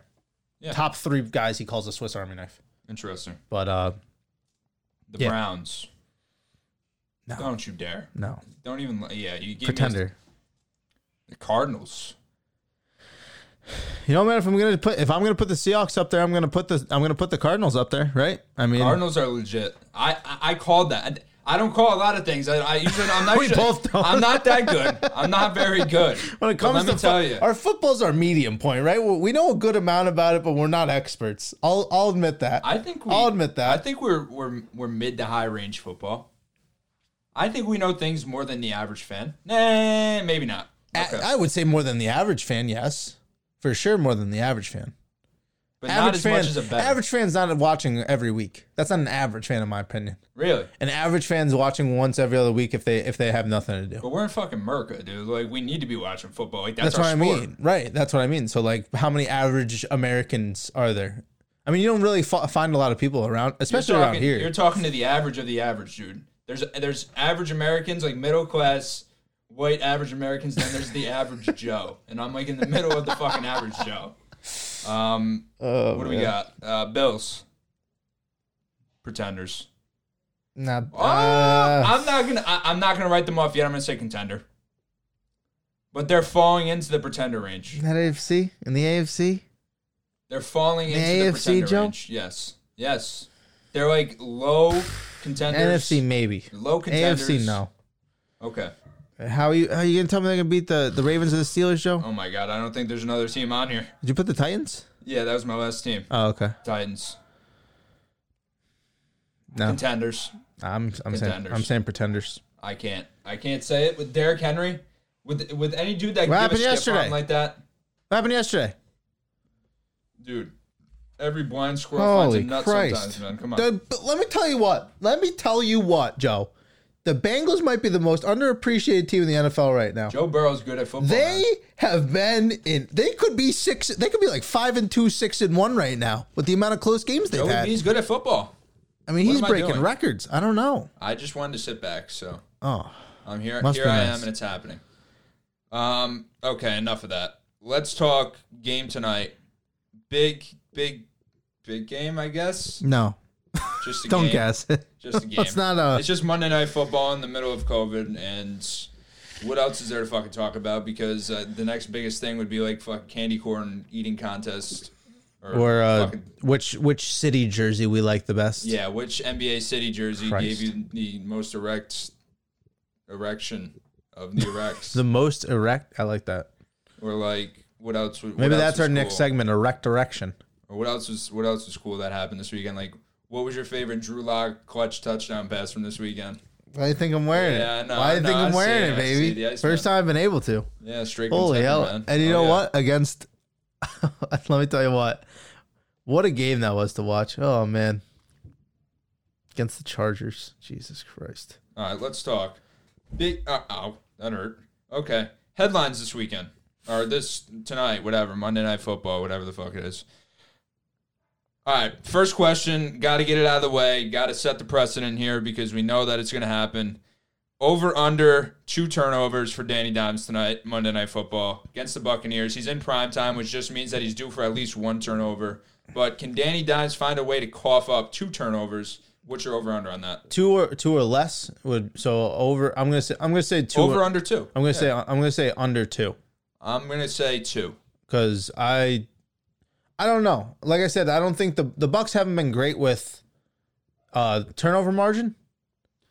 Speaker 1: Yeah.
Speaker 2: Top three guys he calls a Swiss Army knife.
Speaker 1: Interesting.
Speaker 2: But uh,
Speaker 1: The
Speaker 2: Yeah.
Speaker 1: Browns.
Speaker 2: No.
Speaker 1: Don't you dare.
Speaker 2: no.
Speaker 1: Don't even. Yeah, you gave Me
Speaker 2: Pretender.
Speaker 1: the Cardinals.
Speaker 2: You know, man. If I'm gonna put if I'm gonna put the Seahawks up there, I'm gonna put the I'm gonna put the Cardinals up there, right? I mean,
Speaker 1: Cardinals are legit. I I, I called that. I, I don't call a lot of things. I, I usually I'm not.
Speaker 2: We
Speaker 1: usually-
Speaker 2: both don't.
Speaker 1: I'm not that good. I'm not very good.
Speaker 2: when
Speaker 1: But
Speaker 2: it comes
Speaker 1: let
Speaker 2: to
Speaker 1: me tell
Speaker 2: fo-
Speaker 1: you,
Speaker 2: our football's our medium point, right? We we know a good amount about it, but we're not experts. I'll I'll admit that.
Speaker 1: I think we,
Speaker 2: I'll admit that.
Speaker 1: I think we're we're we're mid to high range football. I think we know things more than the average fan. Nah, maybe not. Okay.
Speaker 2: I, I would say more than the average fan, yes, for sure, more than the average fan.
Speaker 1: but not
Speaker 2: average
Speaker 1: as
Speaker 2: fan,
Speaker 1: much as a bet.
Speaker 2: average fan's not watching every week. That's not an average fan, in my opinion.
Speaker 1: Really.
Speaker 2: An average fan's watching once every other week if they if they have nothing to do.
Speaker 1: But we're in fucking America, dude. Like we need to be watching football. Like that's,
Speaker 2: That's
Speaker 1: our
Speaker 2: what I
Speaker 1: sport.
Speaker 2: mean, right? That's what I mean. So like, how many average Americans are there? I mean, you don't really f- find a lot of people around, especially
Speaker 1: you're
Speaker 2: around
Speaker 1: talking,
Speaker 2: here.
Speaker 1: You're talking to the average of the average, dude. There's there's average Americans, like middle class white average Americans. Then there's the average Joe, and I'm like in the middle of the fucking average Joe. Um,
Speaker 2: oh,
Speaker 1: what do we got? Uh, Bills, pretenders.
Speaker 2: Nah,
Speaker 1: Oh,
Speaker 2: uh,
Speaker 1: I'm not gonna I, I'm not gonna write them off yet. I'm gonna say contender, but they're falling into the pretender range.
Speaker 2: that AFC in the AFC.
Speaker 1: They're falling
Speaker 2: The
Speaker 1: into the
Speaker 2: AFC,
Speaker 1: pretender
Speaker 2: Joe?
Speaker 1: range. Yes, yes. They're like low contenders.
Speaker 2: NFC maybe.
Speaker 1: Low contenders.
Speaker 2: AFC no.
Speaker 1: Okay.
Speaker 2: How are you? How are you gonna tell me they're gonna beat the the Ravens or the Steelers, Joe?
Speaker 1: Oh my god, I don't think there's another team on here.
Speaker 2: Did you put the Titans?
Speaker 1: Yeah, that was my last team.
Speaker 2: Oh, okay.
Speaker 1: Titans.
Speaker 2: No,
Speaker 1: Contenders.
Speaker 2: I'm I'm saying
Speaker 1: Contenders.
Speaker 2: I'm saying pretenders.
Speaker 1: I can't. I can't say it with Derrick Henry. With with any dude that
Speaker 2: What
Speaker 1: can
Speaker 2: happened
Speaker 1: give a shit
Speaker 2: yesterday?
Speaker 1: on like that.
Speaker 2: What happened yesterday?
Speaker 1: Dude. Every blind squirrel finds a
Speaker 2: Holy
Speaker 1: nut
Speaker 2: Christ.
Speaker 1: sometimes, man. Come on.
Speaker 2: The, but let me tell you what. Let me tell you what, Joe. The Bengals might be the most underappreciated team in the NFL right now.
Speaker 1: Joe Burrow's good at football.
Speaker 2: They
Speaker 1: man.
Speaker 2: have been in. They could be six. They could be like five and two, six and one right now with the amount of close games they've
Speaker 1: Joey
Speaker 2: had.
Speaker 1: B's good at football.
Speaker 2: I mean, he's
Speaker 1: am I
Speaker 2: breaking
Speaker 1: doing?
Speaker 2: records. I don't know.
Speaker 1: I just wanted to sit back, so
Speaker 2: Oh,
Speaker 1: I'm here.
Speaker 2: Must
Speaker 1: here
Speaker 2: be
Speaker 1: I
Speaker 2: nice.
Speaker 1: am, and it's happening. Um. Okay. Enough of that. Let's talk game tonight. Big, big, big game. I guess.
Speaker 2: no.
Speaker 1: Just a
Speaker 2: Don't
Speaker 1: game.
Speaker 2: guess.
Speaker 1: Just a game.
Speaker 2: Let's not, uh,
Speaker 1: It's just Monday Night Football in the middle of COVID, and what else is there to fucking talk about? Because uh, the next biggest thing would be like fucking candy corn eating contest,
Speaker 2: or uh,
Speaker 1: fucking-
Speaker 2: which which city jersey we like the best?
Speaker 1: yeah, which NBA city jersey
Speaker 2: Christ.
Speaker 1: gave you the most erect erection of the erects?
Speaker 2: The most erect. I like that.
Speaker 1: or like what else? would- what
Speaker 2: Maybe
Speaker 1: else
Speaker 2: that's
Speaker 1: was
Speaker 2: our next
Speaker 1: cool?
Speaker 2: segment. Erect erection.
Speaker 1: Or what else was what else was cool that happened this weekend? Like, what was your favorite Drew Lock clutch touchdown pass from this weekend?
Speaker 2: Why do you think I'm wearing
Speaker 1: Yeah, I
Speaker 2: it?
Speaker 1: know,
Speaker 2: Why do
Speaker 1: I
Speaker 2: you
Speaker 1: know,
Speaker 2: think I'm
Speaker 1: I see
Speaker 2: wearing
Speaker 1: it,
Speaker 2: it,
Speaker 1: I see the
Speaker 2: baby?
Speaker 1: ice
Speaker 2: First time I've been able to.
Speaker 1: Yeah, straight. from
Speaker 2: Holy
Speaker 1: Temple,
Speaker 2: hell!
Speaker 1: man.
Speaker 2: And you
Speaker 1: Oh,
Speaker 2: know
Speaker 1: yeah.
Speaker 2: what? Against, let me tell you what, what a game that was to watch. Oh man, against the Chargers, Jesus Christ!
Speaker 1: All right, let's talk. Big. Uh, ow, that hurt. Okay, headlines this weekend or this tonight, whatever. Monday Night Football, whatever the fuck it is. All right, first question. Got to get it out of the way. Got to set the precedent here because we know that it's going to happen. Over under two turnovers for Danny Dimes tonight, Monday Night Football against the Buccaneers. He's in prime time, which just means that he's due for at least one turnover. But can Danny Dimes find a way to cough up two turnovers? What's your over under on that?
Speaker 2: Two or two or less would so over. I'm gonna say I'm gonna say two.
Speaker 1: Over
Speaker 2: or-
Speaker 1: under two.
Speaker 2: I'm gonna say I'm gonna say under two
Speaker 1: I'm gonna say two.
Speaker 2: because I I don't know. Like I said, I don't think the the Bucks haven't been great with uh turnover margin,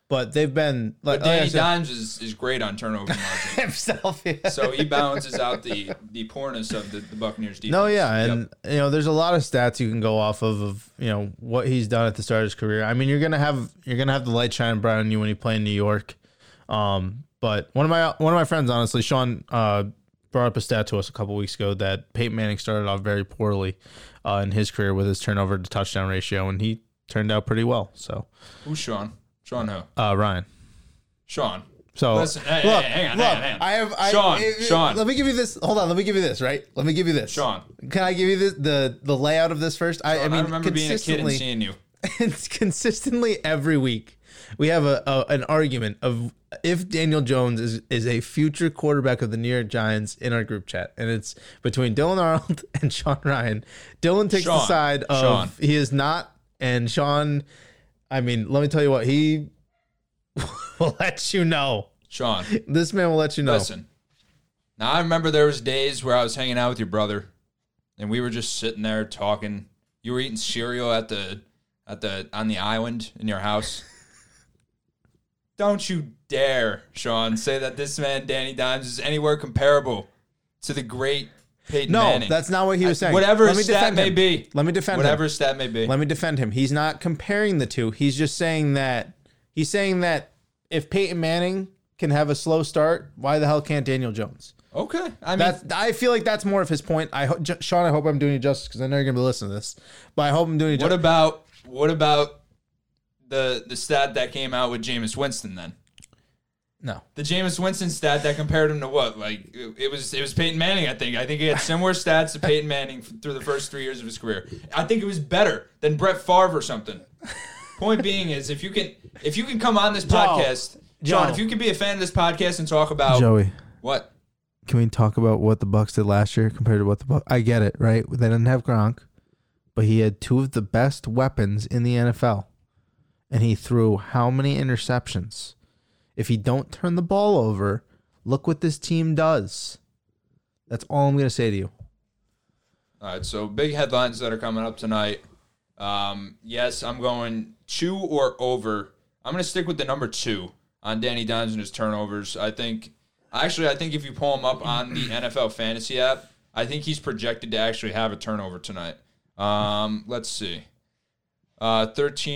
Speaker 2: but they've been like,
Speaker 1: But
Speaker 2: like I
Speaker 1: Danny
Speaker 2: said-
Speaker 1: Dimes is, is great on turnover margin.
Speaker 2: himself. Yeah.
Speaker 1: so he balances out the the poorness of the, the Buccaneers defense.
Speaker 2: No, yeah,
Speaker 1: Yep.
Speaker 2: and you know, there's a lot of stats you can go off of of you know what he's done at the start of his career. I mean, you're gonna have you're gonna have the light shine bright on you when you play in New York. Um, but one of my one of my friends, honestly, Sean, uh, brought up a stat to us a couple weeks ago that Peyton Manning started off very poorly uh, in his career with his turnover to touchdown ratio, and he turned out pretty well. So,
Speaker 1: who's Sean? Sean who?
Speaker 2: uh, Ryan.
Speaker 1: Sean.
Speaker 2: So
Speaker 1: Listen, hey, hey, hang on, hang on, hang on.
Speaker 2: I have I,
Speaker 1: Sean,
Speaker 2: it- it-
Speaker 1: Sean.
Speaker 2: Let me give you this. Hold on, let me give you this. Right, let me give you this.
Speaker 1: Sean.
Speaker 2: Can I give you this, the the layout of this first? I, I
Speaker 1: I,
Speaker 2: mean,
Speaker 1: remember being a kid and
Speaker 2: consistently,
Speaker 1: seeing you.
Speaker 2: it's consistently every week, we have a, a an argument of if Daniel Jones is is a future quarterback of the New York Giants in our group chat, and it's between Dylan Arnold and Sean Ryan. Dylan takes the
Speaker 1: Sean.
Speaker 2: side of
Speaker 1: Sean.
Speaker 2: he is not, and Sean. I mean, let me tell you what he will let you know.
Speaker 1: Sean.
Speaker 2: This man will let you know.
Speaker 1: Listen. Now I remember there was days where I was hanging out with your brother, and we were just sitting there talking. You were eating cereal at the at the on the island in your house. Don't you dare, Sean, say that this man Danny Dimes is anywhere comparable to the great Peyton
Speaker 2: No,
Speaker 1: Manning.
Speaker 2: that's not what he was saying.
Speaker 1: Whatever
Speaker 2: Let me
Speaker 1: his stat
Speaker 2: defend
Speaker 1: may
Speaker 2: him.
Speaker 1: be.
Speaker 2: Let me defend him.
Speaker 1: Whatever his stat may be.
Speaker 2: Let me defend him. He's not comparing the two. He's just saying that he's saying that if Peyton Manning can have a slow start, why the hell can't Daniel Jones?
Speaker 1: Okay. I mean,
Speaker 2: That's I feel like that's more of his point. I ho- J- Sean, I hope I'm doing you justice because I know you're gonna be listening to this, but I hope I'm doing you
Speaker 1: What
Speaker 2: justice.
Speaker 1: about what about the the stat that came out with Jameis Winston then?
Speaker 2: No,
Speaker 1: The Jameis Winston stat that compared him to what? Like it it was it was Peyton Manning, I think. I think he had similar stats to Peyton Manning f- through the first three years of his career. I think it was better than Brett Favre or something. Point being is if you can if you can come on this podcast, John,
Speaker 2: Joe.
Speaker 1: if you can be a fan of this podcast and talk about
Speaker 2: Joey.
Speaker 1: what
Speaker 2: Can we talk about what the Bucks did last year compared to what the Bucks? I get it, right? They didn't have Gronk, but he had two of the best weapons in the NFL, and he threw how many interceptions? If he don't turn the ball over, look what this team does. That's all I'm gonna say to you.
Speaker 1: All right, so big headlines that are coming up tonight. Um, yes, I'm going two or over. I'm going to stick with the number two on Danny Dimes and his turnovers. I think, actually, I think if you pull him up on the NFL fantasy app, I think he's projected to actually have a turnover tonight. Um, let's see, uh,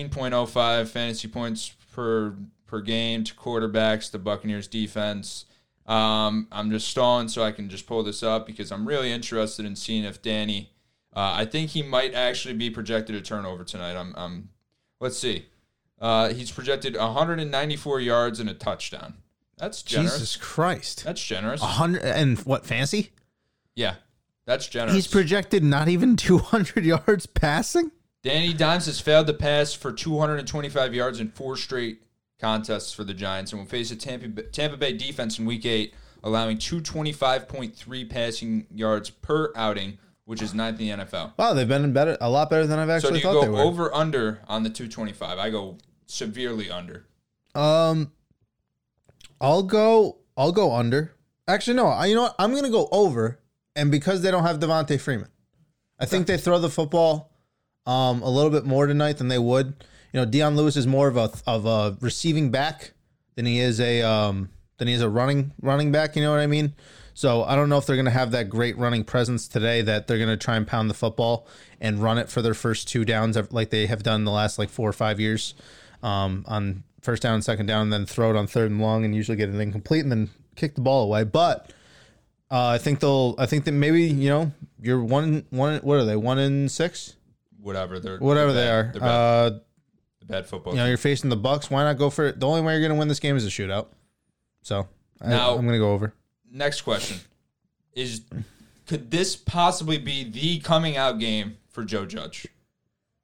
Speaker 1: 13.05 fantasy points per per game to quarterbacks. The Buccaneers defense. Um, I'm just stalling so I can just pull this up because I'm really interested in seeing if Danny. Uh, I think he might actually be projected a turnover tonight. I'm. I'm let's see. Uh, he's projected 194 yards and a touchdown. That's generous.
Speaker 2: Jesus Ah. Christ,
Speaker 1: That's generous.
Speaker 2: hundred and what fancy?
Speaker 1: Yeah, that's generous.
Speaker 2: He's projected not even 200 yards passing.
Speaker 1: Danny Dimes has failed to pass for 225 yards in four straight contests for the Giants and will face a Tampa Bay, Tampa Bay defense in Week 8, allowing 225.3 passing yards per outing, which is ninth in the NFL.
Speaker 2: Wow, they've been better, a lot better than I've
Speaker 1: So do
Speaker 2: actually
Speaker 1: you
Speaker 2: thought they
Speaker 1: go
Speaker 2: were.
Speaker 1: over under on the 225? I go severely under.
Speaker 2: Um, I'll go. I'll go under. Actually, no. I, you know what? I'm gonna go over, and because they don't have Devontae Freeman, I think they throw the football um a little bit more tonight than they would. You know, Deion Lewis is more of a of a receiving back than he is a um than he is a running running back. You know what I mean? So I don't know if they're gonna have that great running presence today that they're gonna try and pound the football and run it for their first two downs ev- like they have done the last like four or five years um, on first down and second down, and then throw it on third and long, and usually get an incomplete, and then kick the ball away. But uh, I think they'll. I think that maybe you know you're one one. What are they? One in six,
Speaker 1: Whatever they're
Speaker 2: whatever they
Speaker 1: they're
Speaker 2: are.
Speaker 1: bad. They're bad,
Speaker 2: Uh,
Speaker 1: They're bad football.
Speaker 2: you know, you're facing the Bucks. Why not go for it? The only way you're going to win this game is a shootout. So I,
Speaker 1: Now-
Speaker 2: I'm going to go over.
Speaker 1: Next question is: Could this possibly be the coming out game for Joe Judge?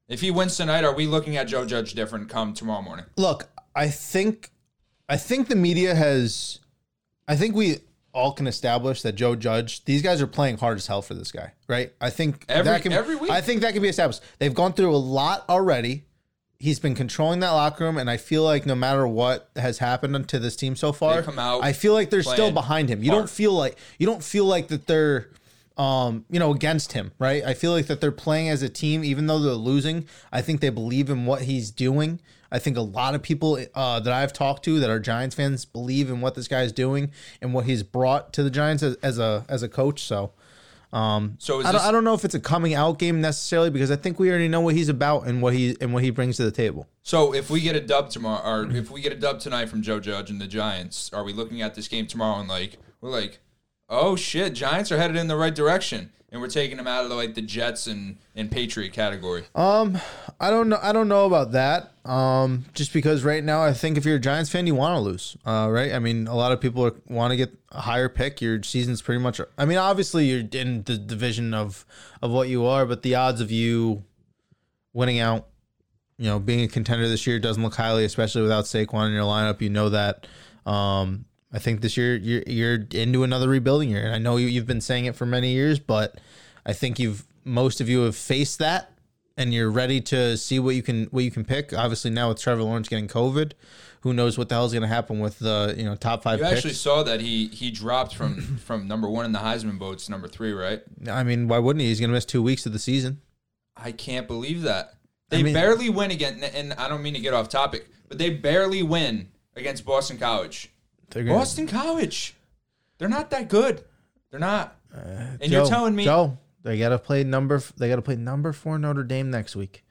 Speaker 1: If he wins tonight, are we looking at Joe Judge different come tomorrow morning?
Speaker 2: Look, I think. I I think the media has. I think we all can establish that Joe Judge. These guys are playing hard as hell for this guy, right? I think
Speaker 1: Every-
Speaker 2: that can,
Speaker 1: every week.
Speaker 2: I think that can be established. They've gone through a lot already. He's been controlling that locker room, and I feel like no matter what has happened to this team so far,
Speaker 1: come out
Speaker 2: I feel like they're still
Speaker 1: playing
Speaker 2: behind him. You
Speaker 1: hard.
Speaker 2: don't feel like you don't feel like that they're um, you know, against him, right? I feel like that they're playing as a team, even though they're losing. I think they believe in what he's doing. I think a lot of people uh, that I've talked to that are Giants fans believe in what this guy's doing and what he's brought to the Giants as, as a as a coach. So
Speaker 1: So is
Speaker 2: I don't,
Speaker 1: this,
Speaker 2: I don't know if it's a coming out game necessarily because I think we already know what he's about and what he and what he brings to the table.
Speaker 1: so if we get a dub tomorrow, or if we get a dub tonight from Joe Judge and the Giants, are we looking at this game tomorrow and like we're like, oh shit, Giants are headed in the right direction, and we're taking them out of the, like the Jets and and Patriot category.
Speaker 2: Oh, Um, I don't know. I don't know about that. Um, just because right now, I think if you're a Giants fan, you want to lose, uh, right? I mean, a lot of people are, want to get a higher pick. Your season's pretty much. I mean, obviously, you're in the division of of what you are, but the odds of you winning out, you know, being a contender this year doesn't look highly, especially without Saquon in your lineup. You know that. Um, I think this year you're you're into another rebuilding year, and I know you, you've been saying it for many years, but I think you've most of you have faced that and you're ready to see what you can what you can pick. Obviously now with Trevor Lawrence getting COVID, who knows what the hell's going to happen with the you know top five
Speaker 1: You
Speaker 2: picks.
Speaker 1: actually saw that he he dropped from from number one in the Heisman votes to number three, right?
Speaker 2: I mean, why wouldn't he? He's going to miss two weeks of the season.
Speaker 1: I can't believe that they
Speaker 2: mean-
Speaker 1: barely win again. And I don't mean to get off topic, but they barely win against Boston College.
Speaker 2: They're gonna-
Speaker 1: Boston College, they're not that good. They're not. and you're
Speaker 2: Uh, Joe,
Speaker 1: telling me,
Speaker 2: Joe, they got to play number f- they got to play number four Notre Dame next week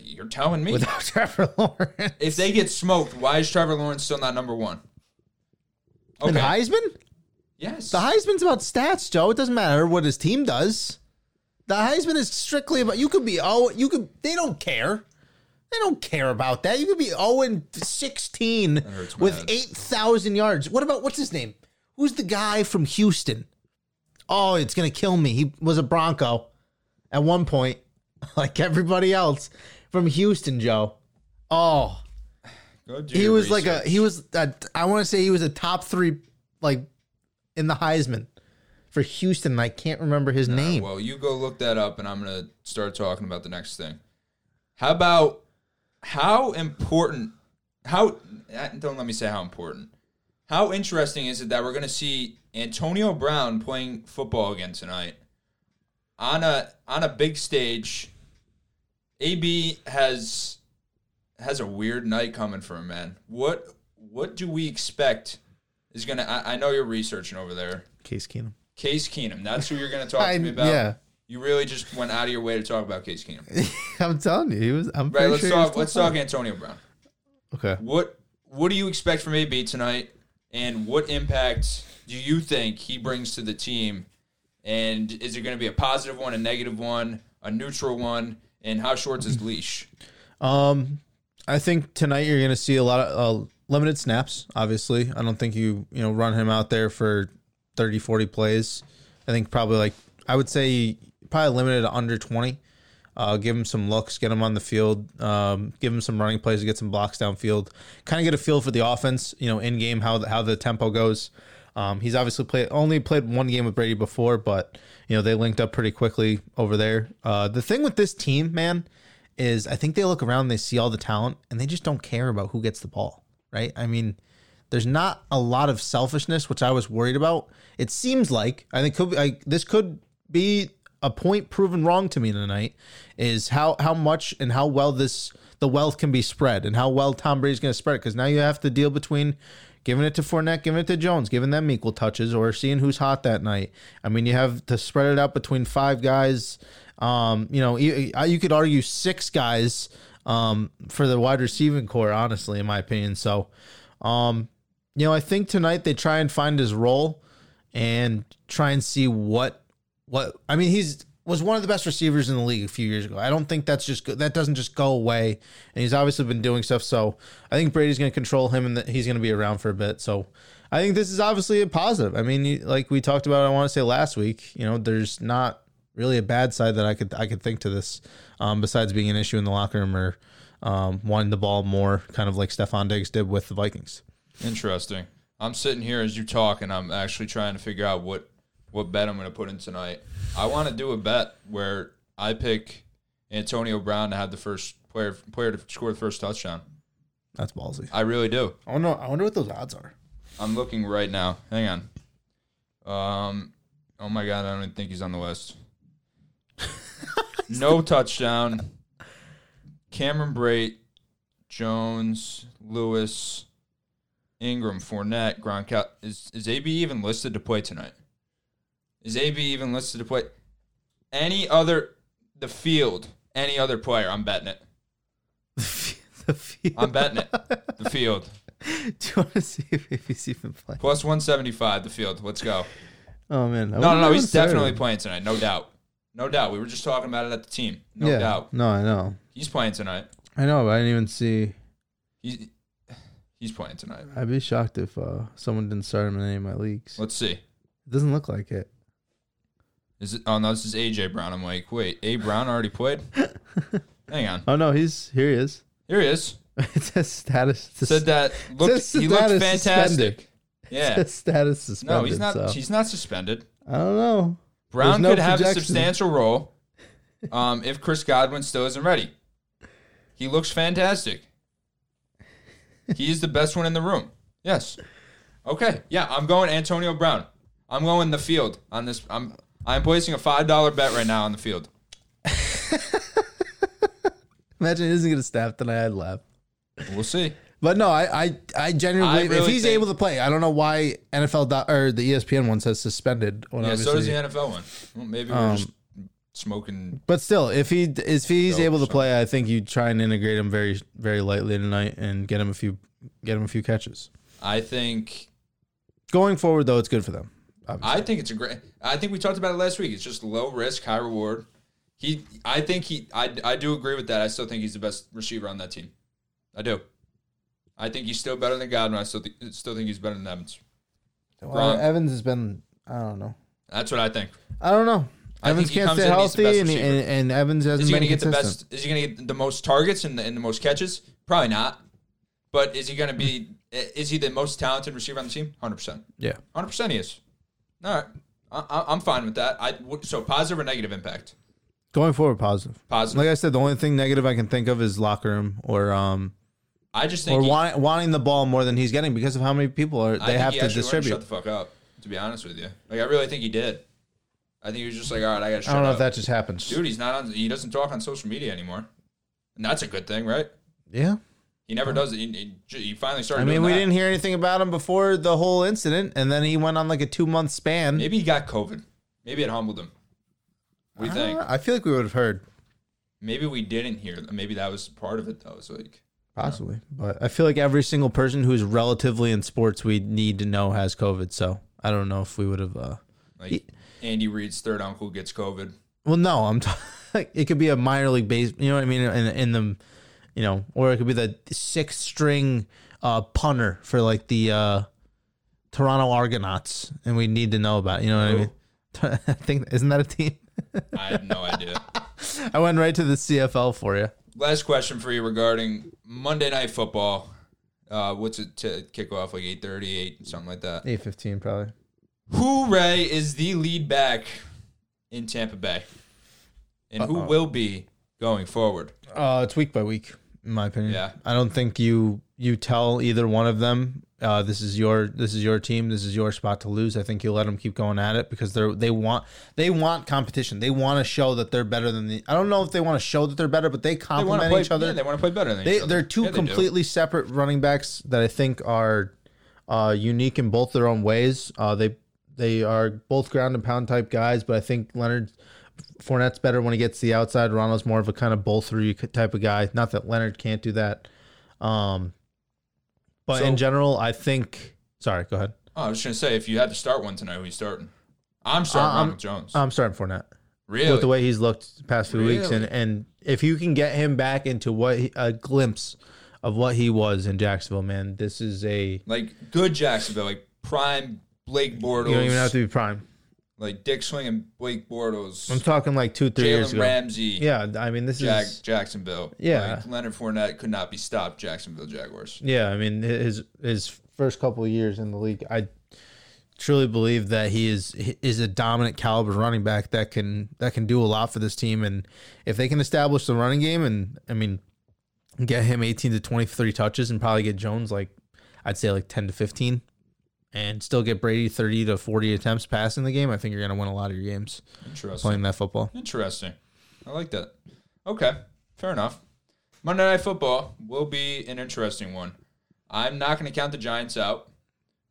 Speaker 1: you're telling me,
Speaker 2: without Trevor Lawrence
Speaker 1: if they get smoked, why is Trevor Lawrence still not number one?
Speaker 2: and
Speaker 1: Okay.
Speaker 2: Heisman.
Speaker 1: yes.
Speaker 2: The Heisman's about stats, Joe. It doesn't matter what his team does. The Heisman is strictly about you could be oh you could they don't care. They don't care about that. You could be 0 and 16
Speaker 1: hurts my
Speaker 2: with
Speaker 1: head.
Speaker 2: 8,000 yards. What about what's his name? Who's the guy from Houston? Oh, it's going to kill me. He was a Bronco at one point, like everybody else from Houston, Joe. Oh,
Speaker 1: Go do
Speaker 2: he
Speaker 1: your
Speaker 2: was like a
Speaker 1: research.
Speaker 2: he was a, I want to say he was a top three like in the Heisman for Houston. and I can't remember his name.
Speaker 1: Well, you go look that up, and I'm gonna start talking about the next thing. How about how important? How uh, don't let me say how important. How interesting is it that we're gonna see Antonio Brown playing football again tonight on a on a big stage? AB has has a weird night coming for him, man. What what do we expect? Is gonna I, I know you're researching over there.
Speaker 2: Case Keenum.
Speaker 1: Case Keenum. That's who you're going to talk
Speaker 2: I-
Speaker 1: to me about.
Speaker 2: yeah.
Speaker 1: You really just went out of your way to talk about Case Keenum.
Speaker 2: I'm telling you, he was. I'm
Speaker 1: Right.
Speaker 2: pretty
Speaker 1: Let's
Speaker 2: sure he was
Speaker 1: talk.
Speaker 2: top
Speaker 1: Let's
Speaker 2: five.
Speaker 1: talk Antonio Brown.
Speaker 2: Okay.
Speaker 1: What What do you expect from AB tonight? And what impact do you think he brings to the team? And is it going to be a positive one, a negative one, a neutral one? And how short's his leash?
Speaker 2: Um, I think tonight you're going to see a lot of uh, limited snaps. Obviously, I don't think you you know run him out there for 30, 40 plays. I think probably like I would say probably limited to under twenty. Uh, give him some looks, get him on the field, um, give him some running plays to get some blocks downfield, kind of get a feel for the offense. You know, in game how the, how the tempo goes. Um, he's obviously played only played one game with Brady before, but you know they linked up pretty quickly over there. Uh, the thing with this team, man, is I think they look around, they see all the talent, and they just don't care about who gets the ball, right? I mean, there's not a lot of selfishness, which I was worried about. It seems like I think could be, I, this could be a point proven wrong to me tonight is how how much and how well this the wealth can be spread and how well Tom Brady's going to spread because now you have to deal between giving it to Fournette, giving it to Jones, giving them equal touches or seeing who's hot that night. I mean, you have to spread it out between five guys. Um, you know, you, you could argue six guys um, for the wide receiving core, honestly, in my opinion. So, um, you know, I think tonight they try and find his role and try and see what what I mean, he's was one of the best receivers in the league a few years ago. I don't think that's just go- that doesn't just go away, and he's obviously been doing stuff. So I think Brady's going to control him, and that he's going to be around for a bit. So I think this is obviously a positive. I mean, you- like we talked about, I want to say last week, you know, there's not really a bad side that I could I could think to this, um, besides being an issue in the locker room or um, wanting the ball more, kind of like Stefan Diggs did with the Vikings.
Speaker 1: Interesting. I'm sitting here as you talk, and I'm actually trying to figure out what what bet I'm going to put in tonight. I want to do a bet where I pick Antonio Brown to have the first player player to score the first touchdown.
Speaker 2: That's ballsy.
Speaker 1: I really do.
Speaker 2: I wonder, I wonder what those odds are.
Speaker 1: I'm looking right now. Hang on. Um. Oh my God, I don't even think he's on the list. no touchdown. Cameron Brait, Jones, Lewis, Ingram, Fournette, Gronkowski. Is is AB even listed to play tonight? Is AB even listed to play? Any other the field? Any other player? I'm betting it.
Speaker 2: the field.
Speaker 1: I'm betting it. The field
Speaker 2: Do you want to see if he's even playing?
Speaker 1: plus 175. The field. Let's go.
Speaker 2: Oh man.
Speaker 1: No, no, no. He's definitely playing tonight. No doubt. No doubt. We were just talking about it at the team. No doubt.
Speaker 2: No, I know.
Speaker 1: He's playing tonight.
Speaker 2: I know, but I didn't even see.
Speaker 1: He's he's playing tonight.
Speaker 2: I'd be shocked if uh, someone didn't start him in any of my leagues.
Speaker 1: Let's see.
Speaker 2: It doesn't look like it.
Speaker 1: Is it? Oh no, this is AJ Brown. I'm like, wait, A Brown already played. Hang on.
Speaker 2: Oh no, he's here. He is.
Speaker 1: Here he is.
Speaker 2: it says status.
Speaker 1: Said that looked,
Speaker 2: Says
Speaker 1: he looked
Speaker 2: status
Speaker 1: fantastic. Yeah.
Speaker 2: says status suspended.
Speaker 1: No, he's not.
Speaker 2: so-
Speaker 1: He's not suspended.
Speaker 2: I don't know.
Speaker 1: Brown
Speaker 2: no
Speaker 1: could have a
Speaker 2: projection.
Speaker 1: substantial role um, if Chris Godwin still isn't ready. He looks fantastic. He is the best one in the room. Yes. Okay. Yeah, I'm going Antonio Brown. I'm going the field on this. I'm I'm placing a five dollar bet right now on the field.
Speaker 2: Imagine he doesn't get a staff tonight. I'd laugh.
Speaker 1: We'll see.
Speaker 2: But no, I I, I genuinely
Speaker 1: I
Speaker 2: believe if
Speaker 1: really
Speaker 2: he's
Speaker 1: think-
Speaker 2: able to play, I don't know why NFL dot, or the E ESPN one says suspended. When
Speaker 1: Yeah. So
Speaker 2: obviously, Um,
Speaker 1: does the NFL one. Well, maybe we're just smoking.
Speaker 2: but still, if he if he's
Speaker 1: Dope,
Speaker 2: able to
Speaker 1: so.
Speaker 2: play, I think you try and integrate him very very lightly tonight and get him a few get him a few catches.
Speaker 1: I think
Speaker 2: Going forward, though, it's good for them. Obviously.
Speaker 1: I think it's a great. I think we talked about it last week. It's just low risk, high reward. He, I think he, I, I do agree with that. I still think he's the best receiver on that team. I do. I think he's still better than Godwin. I still, think still think he's better than Evans. Gronk.
Speaker 2: Evans has been I don't know.
Speaker 1: That's what I think.
Speaker 2: I don't know.
Speaker 1: I
Speaker 2: Evans
Speaker 1: think he comes
Speaker 2: can't stay
Speaker 1: in and he's the
Speaker 2: healthy,
Speaker 1: best
Speaker 2: and, he- and,
Speaker 1: receiver.
Speaker 2: and Evans
Speaker 1: Is
Speaker 2: hasn't
Speaker 1: he
Speaker 2: been
Speaker 1: going to get the
Speaker 2: consistent.
Speaker 1: best? Is he going to get the most targets and the, and the most catches? Probably not. But is he going to be? Is he the most talented receiver on the team? Hundred percent.
Speaker 2: Yeah,
Speaker 1: Hundred percent. He is. All right. I, I, I'm fine with that. I so positive or negative impact?
Speaker 2: going forward, positive.
Speaker 1: Positive.
Speaker 2: Like I said, the only thing negative I can think of is locker room or um
Speaker 1: I just think
Speaker 2: or
Speaker 1: he-
Speaker 2: want, wanting the ball more than he's getting because of how many people are
Speaker 1: I
Speaker 2: they
Speaker 1: think
Speaker 2: have
Speaker 1: he
Speaker 2: to
Speaker 1: actually learned
Speaker 2: distribute.
Speaker 1: Shut the fuck up. To be honest with you, like I really think he did. I think he was just like, all right, I got to
Speaker 2: I
Speaker 1: shut
Speaker 2: don't know
Speaker 1: up.
Speaker 2: if that just happens.
Speaker 1: Dude, he's not on. He doesn't talk on social media anymore, and that's a good thing, right?
Speaker 2: Yeah,
Speaker 1: He never does it. He, he- he finally started.
Speaker 2: I mean,
Speaker 1: doing
Speaker 2: we
Speaker 1: that.
Speaker 2: didn't hear anything about him before the whole incident, and then he went on like a two month span.
Speaker 1: Maybe he got COVID. Maybe it humbled him. What do you
Speaker 2: I don't
Speaker 1: think?
Speaker 2: know. I feel like we would have heard
Speaker 1: Maybe we didn't hear. Maybe that was part of it. Though it's like,
Speaker 2: possibly, but I feel like every single person who's relatively in sports we need to know has COVID. So I don't know if we would have. Uh,
Speaker 1: like Andy Reid's third uncle gets COVID.
Speaker 2: Well, no, I'm. T- it could be a minor league base. You know what I mean? In in the, you know, or it could be the sixth string uh, punter for like the uh, Toronto Argonauts, and we need to know about. it, You know what I mean? I think isn't that a team?
Speaker 1: I have no idea.
Speaker 2: I went right to the CFL for you.
Speaker 1: Last question for you regarding Monday Night Football. Uh, what's it to kick off like 8.38, something like that.
Speaker 2: Eight fifteen probably.
Speaker 1: Who, Ray, is the lead back in Tampa Bay? And who will be going forward?
Speaker 2: Uh, it's week by week, in my opinion.
Speaker 1: Yeah.
Speaker 2: I don't think you you tell either one of them. Uh, this is your this is your team. This is your spot to lose. I think you let them keep going at it because they're they want they want competition. They want to show that they're better than the. I don't know if they want to show that they're better, but they
Speaker 1: They want to
Speaker 2: complement
Speaker 1: play
Speaker 2: each other.
Speaker 1: yeah, they want to play better than
Speaker 2: they,
Speaker 1: each other.
Speaker 2: they're two
Speaker 1: Yeah, they do.
Speaker 2: completely separate running backs that I think are uh, unique in both their own ways. Uh, they they are both ground and pound type guys, but I think Leonard Fournette's better when he gets to the outside. Ronald's more of a kind of bowl through type of guy. Not that Leonard can't do that, um, but
Speaker 1: So-
Speaker 2: in general, I think. Sorry, go ahead.
Speaker 1: Oh, I was just going to say, if you had to start one tonight, who are you starting? I'm starting
Speaker 2: Uh, I'm-
Speaker 1: Ronald Jones.
Speaker 2: I'm starting Fournette.
Speaker 1: really?
Speaker 2: with the way he's looked the past few weeks, and and if you can get him back into what he, a glimpse of what he was in Jacksonville, man, this is a
Speaker 1: like, good Jacksonville, like prime Blake Bortles.
Speaker 2: you don't even have to be prime.
Speaker 1: like Dick Swing and Blake
Speaker 2: I'm
Speaker 1: Bortles,
Speaker 2: talking like two, three years
Speaker 1: Jalen
Speaker 2: ago.
Speaker 1: Ramsey,
Speaker 2: Yeah, I mean this
Speaker 1: Jack,
Speaker 2: is
Speaker 1: Jacksonville.
Speaker 2: Yeah.
Speaker 1: like Leonard Fournette could not be stopped. Jacksonville Jaguars.
Speaker 2: yeah. I mean his his first couple of years in the league, I truly believe that he is is a dominant caliber running back that can that can do a lot for this team, and if they can establish the running game, and I mean get him 18 to 23 touches, and probably get Jones like I'd say like 10 to 15, and still get Brady 30 to 40 attempts passing the game, I think you're gonna win a lot of your games
Speaker 1: Interesting.
Speaker 2: playing that football.
Speaker 1: Interesting. I like that. Okay, fair enough. Monday Night Football will be an interesting one. I'm not going to count the Giants out,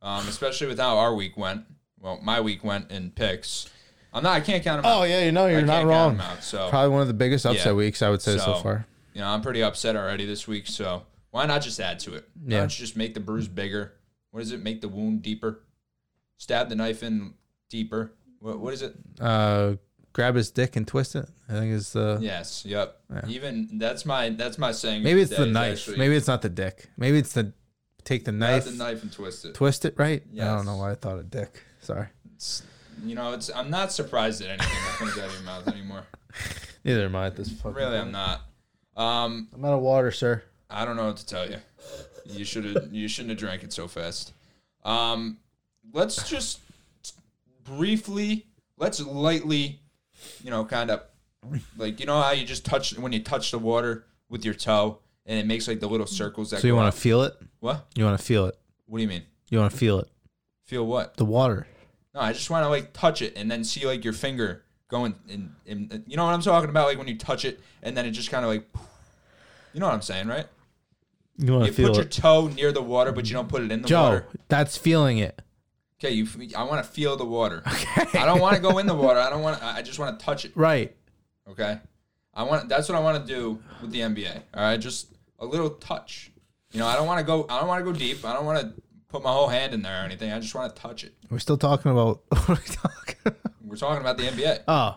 Speaker 1: um, especially with how our week went. Well, my week went in picks. I'm not. I can't count them out.
Speaker 2: Oh yeah, you know
Speaker 1: I
Speaker 2: you're
Speaker 1: can't
Speaker 2: not
Speaker 1: count
Speaker 2: wrong.
Speaker 1: them out, so
Speaker 2: Probably one of the biggest upset
Speaker 1: Yeah.
Speaker 2: weeks I would say so
Speaker 1: So-
Speaker 2: far.
Speaker 1: you know, I'm pretty upset already this week. So why not just add to it? Why
Speaker 2: Yeah.
Speaker 1: not you just make the bruise bigger? What does it? Make the wound deeper? Stab the knife in deeper. What, what is it?
Speaker 2: uh, grab his dick and twist it. I think it's the
Speaker 1: Yes. Yep. Even that's my that's my saying.
Speaker 2: maybe it's
Speaker 1: of
Speaker 2: the
Speaker 1: day is
Speaker 2: knife.
Speaker 1: actually,
Speaker 2: maybe it's not the dick. Maybe it's the take the
Speaker 1: grab
Speaker 2: knife,
Speaker 1: the knife and twist it.
Speaker 2: twist it right. I
Speaker 1: Yes.
Speaker 2: don't know why I thought of dick. Sorry,
Speaker 1: It's- you know, it's I'm not surprised at anything that comes out of your mouth anymore.
Speaker 2: neither am I at this fucking.
Speaker 1: Really, I'm not. Um,
Speaker 2: I'm out of water, sir.
Speaker 1: I don't know what to tell you. You should have you shouldn't have drank it so fast. Um, let's just briefly, let's lightly, you know, kind of like you know how you just touch when you touch the water with your toe and it makes like the little circles that
Speaker 2: So you
Speaker 1: go
Speaker 2: want
Speaker 1: out.
Speaker 2: to feel it?
Speaker 1: what?
Speaker 2: You want to feel it?
Speaker 1: What do you mean?
Speaker 2: You want to feel it?
Speaker 1: Feel what?
Speaker 2: The water.
Speaker 1: No, I just want to like touch it and then see like your finger going and, and uh, you know what I'm talking about like when you touch it and then it just kind of like you know what I'm saying, right?
Speaker 2: You want
Speaker 1: You
Speaker 2: to feel
Speaker 1: put your
Speaker 2: it,
Speaker 1: toe near the water but you don't put it in the
Speaker 2: Joe.
Speaker 1: water.
Speaker 2: That's feeling it.
Speaker 1: Okay, you I want to feel the water. I don't want to go in the water. I don't want I I just want to touch it,
Speaker 2: Right.
Speaker 1: okay? I want that's what I want to do with the NBA. All right, just a little touch. You know, I don't want to go I don't want to go deep. I don't want to put my whole hand in there or anything. I just want to touch it.
Speaker 2: We're still talking about what are we talking about?
Speaker 1: We're talking about the NBA.
Speaker 2: Oh,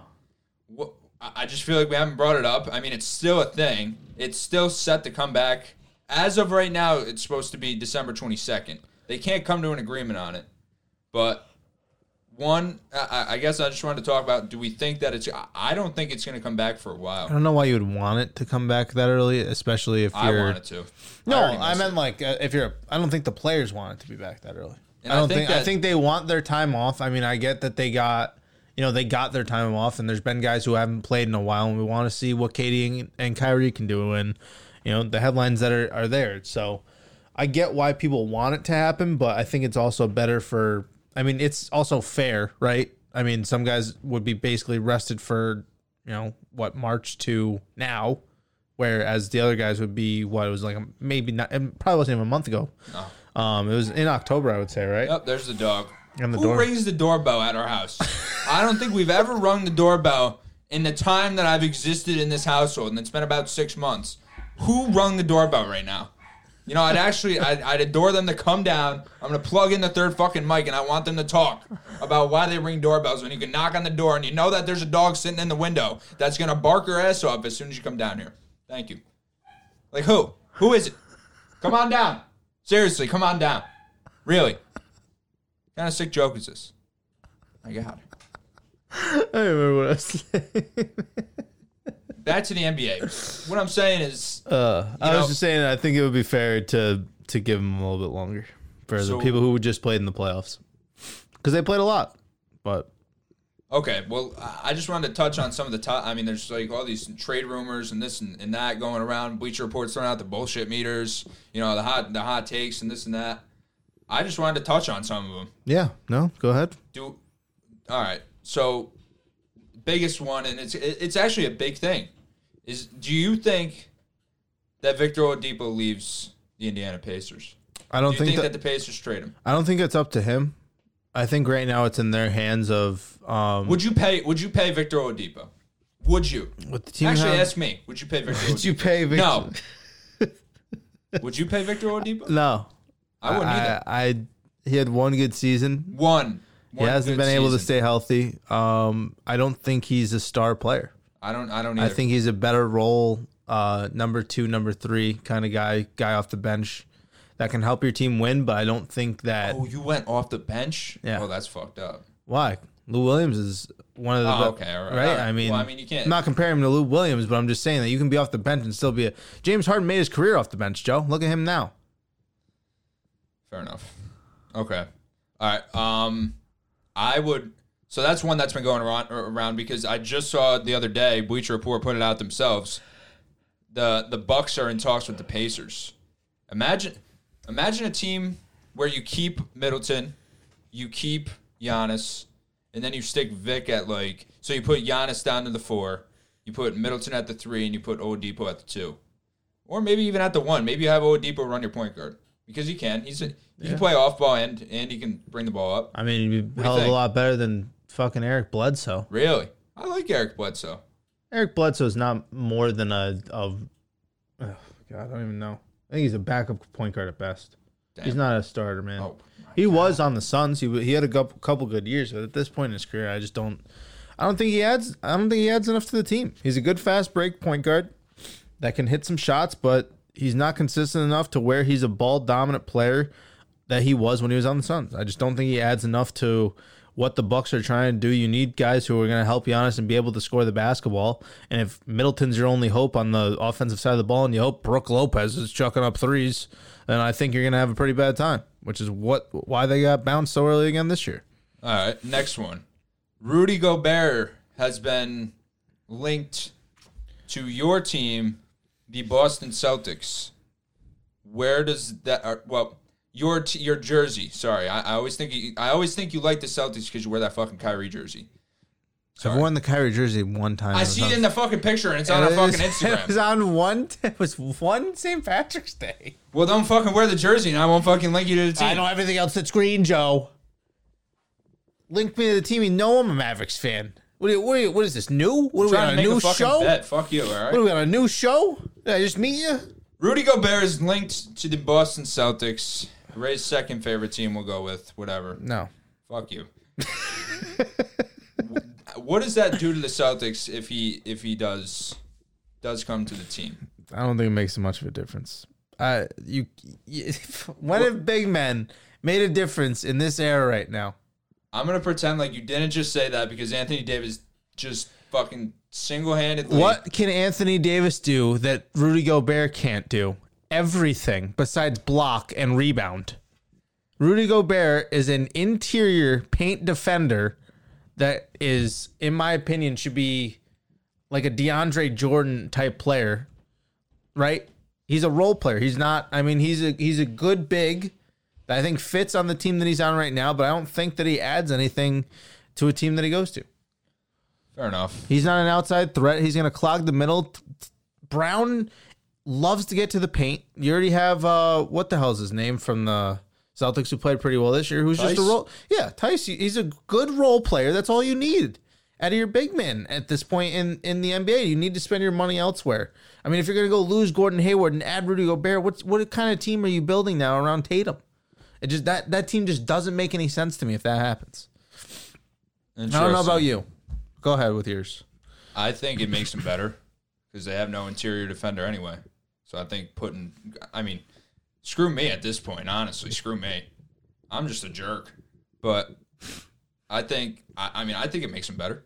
Speaker 1: Wha- I I just feel like we haven't brought it up. I mean, it's still a thing. It's still set to come back. As of right now, it's supposed to be December 22nd. They can't come to an agreement on it. But one, I, I- I guess I just wanted to talk about do we think that it's. I- I don't think it's going to come back for a
Speaker 2: I
Speaker 1: while.
Speaker 2: don't know why you would want it to come back that early, especially if
Speaker 1: I
Speaker 2: you're.
Speaker 1: want it to.
Speaker 2: No,
Speaker 1: already
Speaker 2: I,
Speaker 1: miss
Speaker 2: meant like uh, if you're. I don't think the players want it to be back that early.
Speaker 1: And
Speaker 2: I
Speaker 1: I
Speaker 2: don't
Speaker 1: think
Speaker 2: think. I
Speaker 1: that-
Speaker 2: think they want their time off. I mean, I get that they got, you know, they got their time off, and there's been guys who haven't played in a while, and we want to see what Katie and, and Kyrie can do, and you know the headlines that are are there. So, I get why people want it to happen, but I think it's also better for. I mean, it's also fair, right? I mean, some guys would be basically rested for, you know, what March to now whereas the other guys would be what it was like maybe not it probably wasn't even a month ago um it was in october i would say right
Speaker 1: Yep, there's the dog.
Speaker 2: And the
Speaker 1: Who
Speaker 2: door.
Speaker 1: rings the doorbell at our house? I don't think we've ever rung the doorbell in the time that I've existed in this household, and it's been about six months. Who rung the doorbell right now? You know, I'd actually, I'd, I'd adore them to come down. I'm gonna plug in the third fucking mic, and I want them to talk about why they ring doorbells when you can knock on the door and you know that there's a dog sitting in the window that's gonna bark your ass off as soon as you come down here. Thank you. Like who? Who is it? Come on down. Seriously, come on down. Really? kind of sick joke is this? My God.
Speaker 2: i don't remember what i was saying
Speaker 1: Back to the NBA. What I'm saying is,
Speaker 2: uh, i was
Speaker 1: know-
Speaker 2: just saying i think it would be fair to to give them a little bit longer for
Speaker 1: So-
Speaker 2: the people who just played in the playoffs because they played a lot but
Speaker 1: okay, well, I- I just wanted to touch on some of the top. I mean, there's like all these trade rumors and this and, and that going around. Bleacher reports throwing out the bullshit meters, you know, the hot the hot takes and this and that. I just wanted to touch on some of them.
Speaker 2: yeah no go ahead
Speaker 1: Do all right. So biggest one, and it's it- it's actually a big thing. Is do you think that Victor Oladipo leaves the Indiana Pacers?
Speaker 2: i don't
Speaker 1: Do you think,
Speaker 2: think, that,
Speaker 1: that the Pacers trade him?
Speaker 2: i don't think it's up to him i think right now it's in their hands of um
Speaker 1: Would you pay? Would you pay Victor Oladipo? Would you?
Speaker 2: what the team
Speaker 1: Actually,
Speaker 2: have-
Speaker 1: ask me. Would you pay Victor?
Speaker 2: did you
Speaker 1: Oladipo?
Speaker 2: pay Victor?
Speaker 1: No. would you pay Victor Oladipo?
Speaker 2: no
Speaker 1: I wouldn't either.
Speaker 2: I, I he had one good season
Speaker 1: One. one
Speaker 2: he hasn't
Speaker 1: good
Speaker 2: been able to
Speaker 1: season.
Speaker 2: stay healthy. Um, I don't think he's a star player.
Speaker 1: I don't. I don't either.
Speaker 2: I think he's a better role, uh, number two, number three kind of guy, guy off the bench that can help your team win. But I don't think that
Speaker 1: Oh, you went off the bench.
Speaker 2: Yeah.
Speaker 1: Oh, that's fucked up.
Speaker 2: why Lou Williams is one of the
Speaker 1: Oh,
Speaker 2: be-
Speaker 1: okay, all right,
Speaker 2: right?
Speaker 1: all right.
Speaker 2: I mean,
Speaker 1: Well, I mean, you can't-
Speaker 2: I'm not comparing him to Lou Williams, but I'm just saying that you can be off the bench and still be a James Harden made his career off the bench. Joe, look at him now.
Speaker 1: Fair enough. Okay. All right. Um, I would. So that's one that's been going around, around because I just saw it the other day. Bleacher Report put it out themselves. The the Bucks are in talks with the Pacers. Imagine, imagine a team where you keep Middleton, you keep Giannis, and then you stick Vic at like. So you put Giannis down to the four, you put Middleton at the three, and you put Oladipo at the two or maybe even at the one. Maybe you have Oladipo run your point guard because he can. He's a, he can play off ball and and he can bring the ball up.
Speaker 2: I mean, he'd be a
Speaker 1: do you
Speaker 2: hell of a
Speaker 1: think?
Speaker 2: lot better than fucking Eric Bledsoe.
Speaker 1: Really, I like Eric Bledsoe.
Speaker 2: Eric Bledsoe is not more than a of. Oh God, I don't even know. I think he's a backup point guard at best. He's
Speaker 1: Damn.
Speaker 2: not a starter, man.
Speaker 1: Oh, my
Speaker 2: he was on the Suns. He wa- he had a coup- couple good years, but at this point in his career, I just don't. I don't think he adds. I don't think he adds enough to the team. He's a good fast break point guard that can hit some shots, but he's not consistent enough to where he's a ball dominant player that he was when he was on the Suns. I just don't think he adds enough to what the Bucks are trying to do. You need guys who are going to help Giannis and be able to score the basketball. And if Middleton's your only hope on the offensive side of the ball, and you hope Brooke Lopez is chucking up threes, then I think you're going to have a pretty bad time. Which is what why they got bounced so early again this year.
Speaker 1: All right, next one. Rudy Gobert has been linked to your team, the Boston Celtics. Where does that? Or, well, your t- your jersey. Sorry, I, I always think you, I always think you like the Celtics because you wear that fucking Kyrie jersey.
Speaker 2: I've worn the Kyrie jersey one time.
Speaker 1: I
Speaker 2: It was
Speaker 1: see
Speaker 2: on-
Speaker 1: it in the fucking picture, and it's on our
Speaker 2: It was-
Speaker 1: fucking Instagram.
Speaker 2: It was on one. It was one St. Patrick's Day.
Speaker 1: Well, don't fucking wear the jersey, and I won't fucking link you to the team.
Speaker 2: I know everything else that's green, Joe. Link me to the team. You know I'm a Mavericks fan. What, are you, what, are you, what is this new? What are we
Speaker 1: Trying to
Speaker 2: on a
Speaker 1: make
Speaker 2: new
Speaker 1: a fucking
Speaker 2: show?
Speaker 1: bet. Fuck you, all
Speaker 2: What are
Speaker 1: right?
Speaker 2: we on a new show? Did I just meet you?
Speaker 1: Rudy Gobert is linked to the Boston Celtics. Ray's second favorite team we'll go with. Whatever.
Speaker 2: No.
Speaker 1: Fuck you. W- what does that do to the Celtics if he if he does does come to the team?
Speaker 2: I don't think it makes much of a difference. Uh, you, you when have big men made a difference in this era right now?
Speaker 1: I'm gonna pretend like you didn't just say that because Anthony Davis just fucking single handedly
Speaker 2: What can Anthony Davis do that Rudy Gobert can't do? Everything besides block and rebound. Rudy Gobert is an interior paint defender that is, in my opinion, should be like a DeAndre Jordan type player, right? He's a role player. He's not. I mean, he's a he's a good big that I think fits on the team that he's on right now, but I don't think that he adds anything to a team that he goes to.
Speaker 1: Fair enough.
Speaker 2: He's not an outside threat. He's going to clog the middle. T- t- Brown loves to get to the paint. You already have uh, what the hell's his name from the Celtics who played pretty well this year? Who's just a
Speaker 1: Tice?
Speaker 2: role? Yeah, Tice. he- He's a good role player. That's all you need out of your big man at this point in in the NBA. You need to spend your money elsewhere. I mean, if you're going to go lose Gordon Hayward and add Rudy Gobert, what's what kind of team are you building now around Tatum? It just that that team just doesn't make any sense to me if that happens. I don't know about you. Go ahead with yours.
Speaker 1: I think it makes them better because they have no interior defender anyway. So I think putting, I mean, screw me at this point, honestly. Screw me. I'm just a jerk. But I think, I, I mean, I think it makes them better.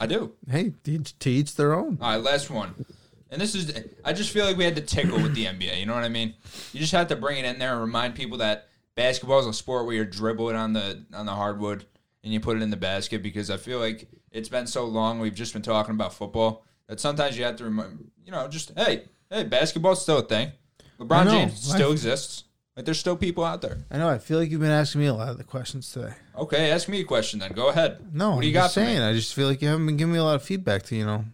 Speaker 1: I do.
Speaker 2: Hey, to each, to each their own.
Speaker 1: All right, last one. And this is, I just feel like we had to tickle with the NBA. You know what I mean? You just have to bring it in there and remind people that basketball is a sport where you dribble it on the on the hardwood and you put it in the basket. Because I feel like it's been so long we've just been talking about football that sometimes you have to remind, you know, just hey, hey, basketball's still a thing.
Speaker 2: I
Speaker 1: LeBron
Speaker 2: know.
Speaker 1: James still
Speaker 2: I-
Speaker 1: exists. Like there's still people out there.
Speaker 2: I know. I feel like you've been asking me a lot of the questions today.
Speaker 1: Okay, ask me a question then. Go ahead.
Speaker 2: No,
Speaker 1: what do you got
Speaker 2: I'm just
Speaker 1: for me?
Speaker 2: saying. I just feel like you haven't been giving me a lot of feedback. To you know,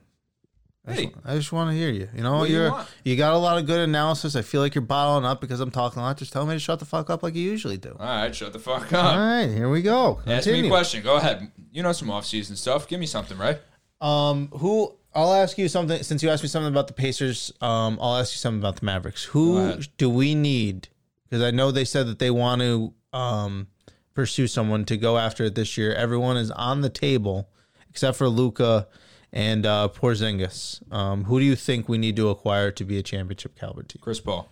Speaker 2: I just,
Speaker 1: Hey.
Speaker 2: I just want to hear you. You know,
Speaker 1: What do you
Speaker 2: you're
Speaker 1: want?
Speaker 2: you got a lot of good analysis. I feel like you're bottling up because I'm talking a lot. Just tell me to shut the fuck up like you usually do.
Speaker 1: All right, shut the fuck
Speaker 2: All
Speaker 1: up.
Speaker 2: right, here we
Speaker 1: Uh,
Speaker 2: go.
Speaker 1: ask me a
Speaker 2: Continue.
Speaker 1: question. Go ahead. You know some off season stuff. Give me something, right?
Speaker 2: Um, who? I'll ask you something. Since you asked me something about the Pacers, um, I'll ask you something about the Mavericks. Who
Speaker 1: ahead.
Speaker 2: do we need? Because I know they said that they want to um, pursue someone to go after it this year. Everyone is on the table except for Luca and uh, Porzingis. Um, who do you think we need to acquire to be a championship caliber team?
Speaker 1: Chris Paul.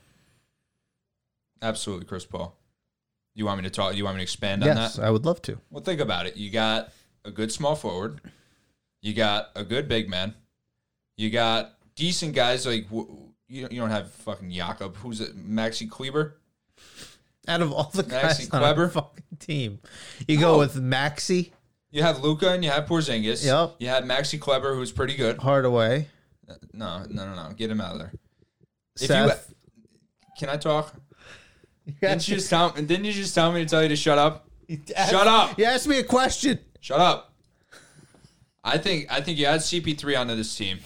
Speaker 1: Absolutely, Chris Paul. You want me to talk? You want me to expand on
Speaker 2: Yes,
Speaker 1: that?
Speaker 2: I would love to.
Speaker 1: Well, think about it. You got a good small forward. You got a good big man. You got decent guys like w- you. don't- You don't have fucking Jakob. Who's it? Maxi Kleber.
Speaker 2: Out of all the guys on
Speaker 1: Kleber.
Speaker 2: our fucking team, you go
Speaker 1: Oh.
Speaker 2: with Maxi
Speaker 1: You have Luca and you have Porzingis.
Speaker 2: Yep.
Speaker 1: You had Maxi Kleber, who's pretty good.
Speaker 2: Hardaway,
Speaker 1: No, no, no, no. Get him out of there. If
Speaker 2: Seth.
Speaker 1: you can I talk?
Speaker 2: You,
Speaker 1: Didn't you just tell? Didn't you just tell me to tell you to shut up?
Speaker 2: asked-
Speaker 1: Shut up.
Speaker 2: You asked me a question.
Speaker 1: Shut up. I think I think you add CP3 onto this team,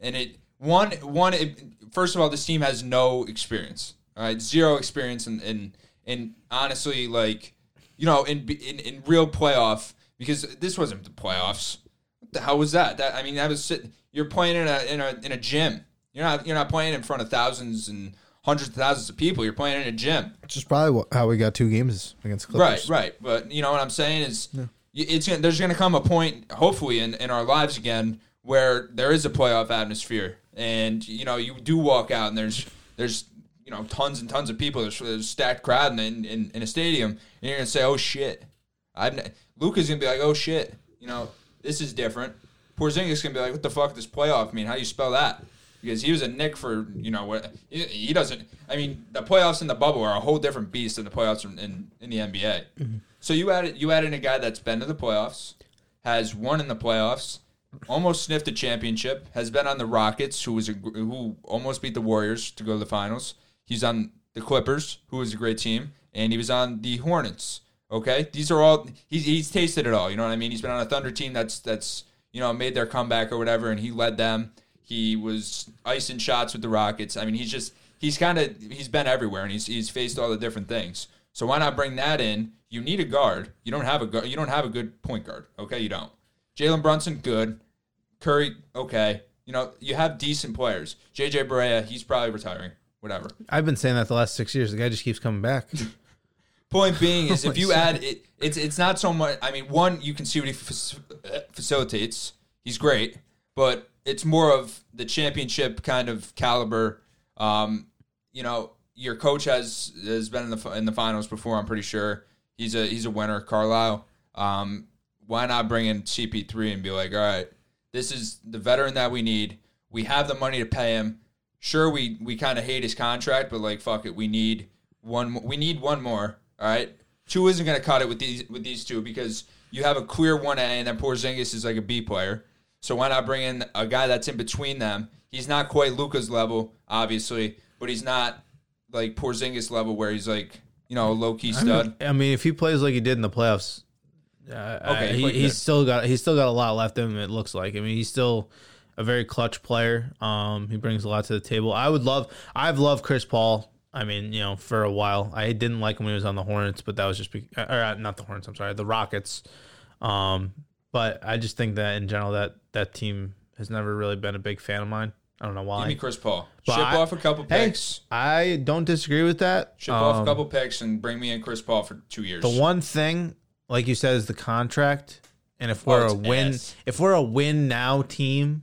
Speaker 1: and it one one. It, first of all, this team has no experience. All right, zero experience, and and and honestly, like you know, in in, in real playoff because this wasn't the playoffs. What the hell was that? That I mean, that was sit, you're playing in a in a in a gym. You're not you're not playing in front of thousands and hundreds of thousands of people. You're playing in a gym.
Speaker 2: Which is probably wh- how we got two games against
Speaker 1: Right,
Speaker 2: Clippers.
Speaker 1: right. But you know what I'm saying is, y it's gonna, there's going to come a point, hopefully, in, in our lives again where there is a playoff atmosphere, and you know you do walk out and there's there's you know tons and tons of people, there's, there's a stacked crowd in, in in in a stadium, and you're going to say, oh shit, I've ne-. Luca's going to be like, oh shit, you know this is different. Porzingis going to be like, what the fuck does playoff mean? How do you spell that? Because he was a Nick for you know what he, he doesn't. I mean, the playoffs in the bubble are a whole different beast than the playoffs in in, in the NBA. So you added you added a guy that's been to the playoffs, has won in the playoffs, almost sniffed a championship, has been on the Rockets, who was a, gr- who almost beat the Warriors to go to the finals. He's on the Clippers, who was a great team, and he was on the Hornets. Okay, these are all he's he's tasted it all. You know what I mean? He's been on a Thunder team that's that's you know made their comeback or whatever, and he led them. He was icing shots with the Rockets. I mean, he's just he's kind of he's been everywhere and he's he's faced all the different things. So why not bring that in? You need a guard. You don't have a guard. You don't have a good point guard. Okay, you don't. Jalen Brunson, good. Curry, okay. You know, you have decent players. JJ Barea, he's probably retiring. Whatever.
Speaker 2: I've been saying that the last six years. The guy just keeps coming back.
Speaker 1: Point being is, if
Speaker 2: my
Speaker 1: you add it, it's it's not so much. I mean, one, you can see what he fac- facilitates. He's great, but it's more of the championship kind of caliber. Um, you know, your coach has has been in the fi- in the finals before. I'm pretty sure he's a he's a winner. Carlisle. Um, why not bring in CP3 and be like, all right, this is the veteran that we need. We have the money to pay him. Sure, we we kind of hate his contract, but like, fuck it, we need one. mo- We need one more. All right, two isn't gonna cut it with these with these two because you have a clear one A, and then Porzingis is like a B player. So why not bring in a guy that's in between them? He's not quite Luca's level, obviously, but he's not like Porzingis level where he's like you know a low key stud.
Speaker 2: I mean, if he plays like he did in the playoffs, uh,
Speaker 1: Okay,
Speaker 2: okay,
Speaker 1: he
Speaker 2: he,
Speaker 1: played
Speaker 2: he's
Speaker 1: good.
Speaker 2: still got he's still got a lot left in him. It looks like. I mean, he's still a very clutch player. Um, he brings a lot to the table. I would love. I've loved Chris Paul. I mean, you know, for a while, I didn't like him when he was on the Hornets, but that was just be, or uh, not the Hornets. I'm sorry, the Rockets. Um, but I just think that in general, that that team has never really been a big fan of mine. I don't know
Speaker 1: Give
Speaker 2: why.
Speaker 1: me Chris Paul.
Speaker 2: But
Speaker 1: Ship
Speaker 2: I-
Speaker 1: off a couple
Speaker 2: Hey.
Speaker 1: picks.
Speaker 2: I don't disagree with that.
Speaker 1: Ship off a
Speaker 2: Um,
Speaker 1: couple picks and bring me in Chris Paul for two years.
Speaker 2: The one thing, like you said, is the contract. And if we're
Speaker 1: Oh,
Speaker 2: a
Speaker 1: it's
Speaker 2: win,
Speaker 1: ass.
Speaker 2: if we're a win now team,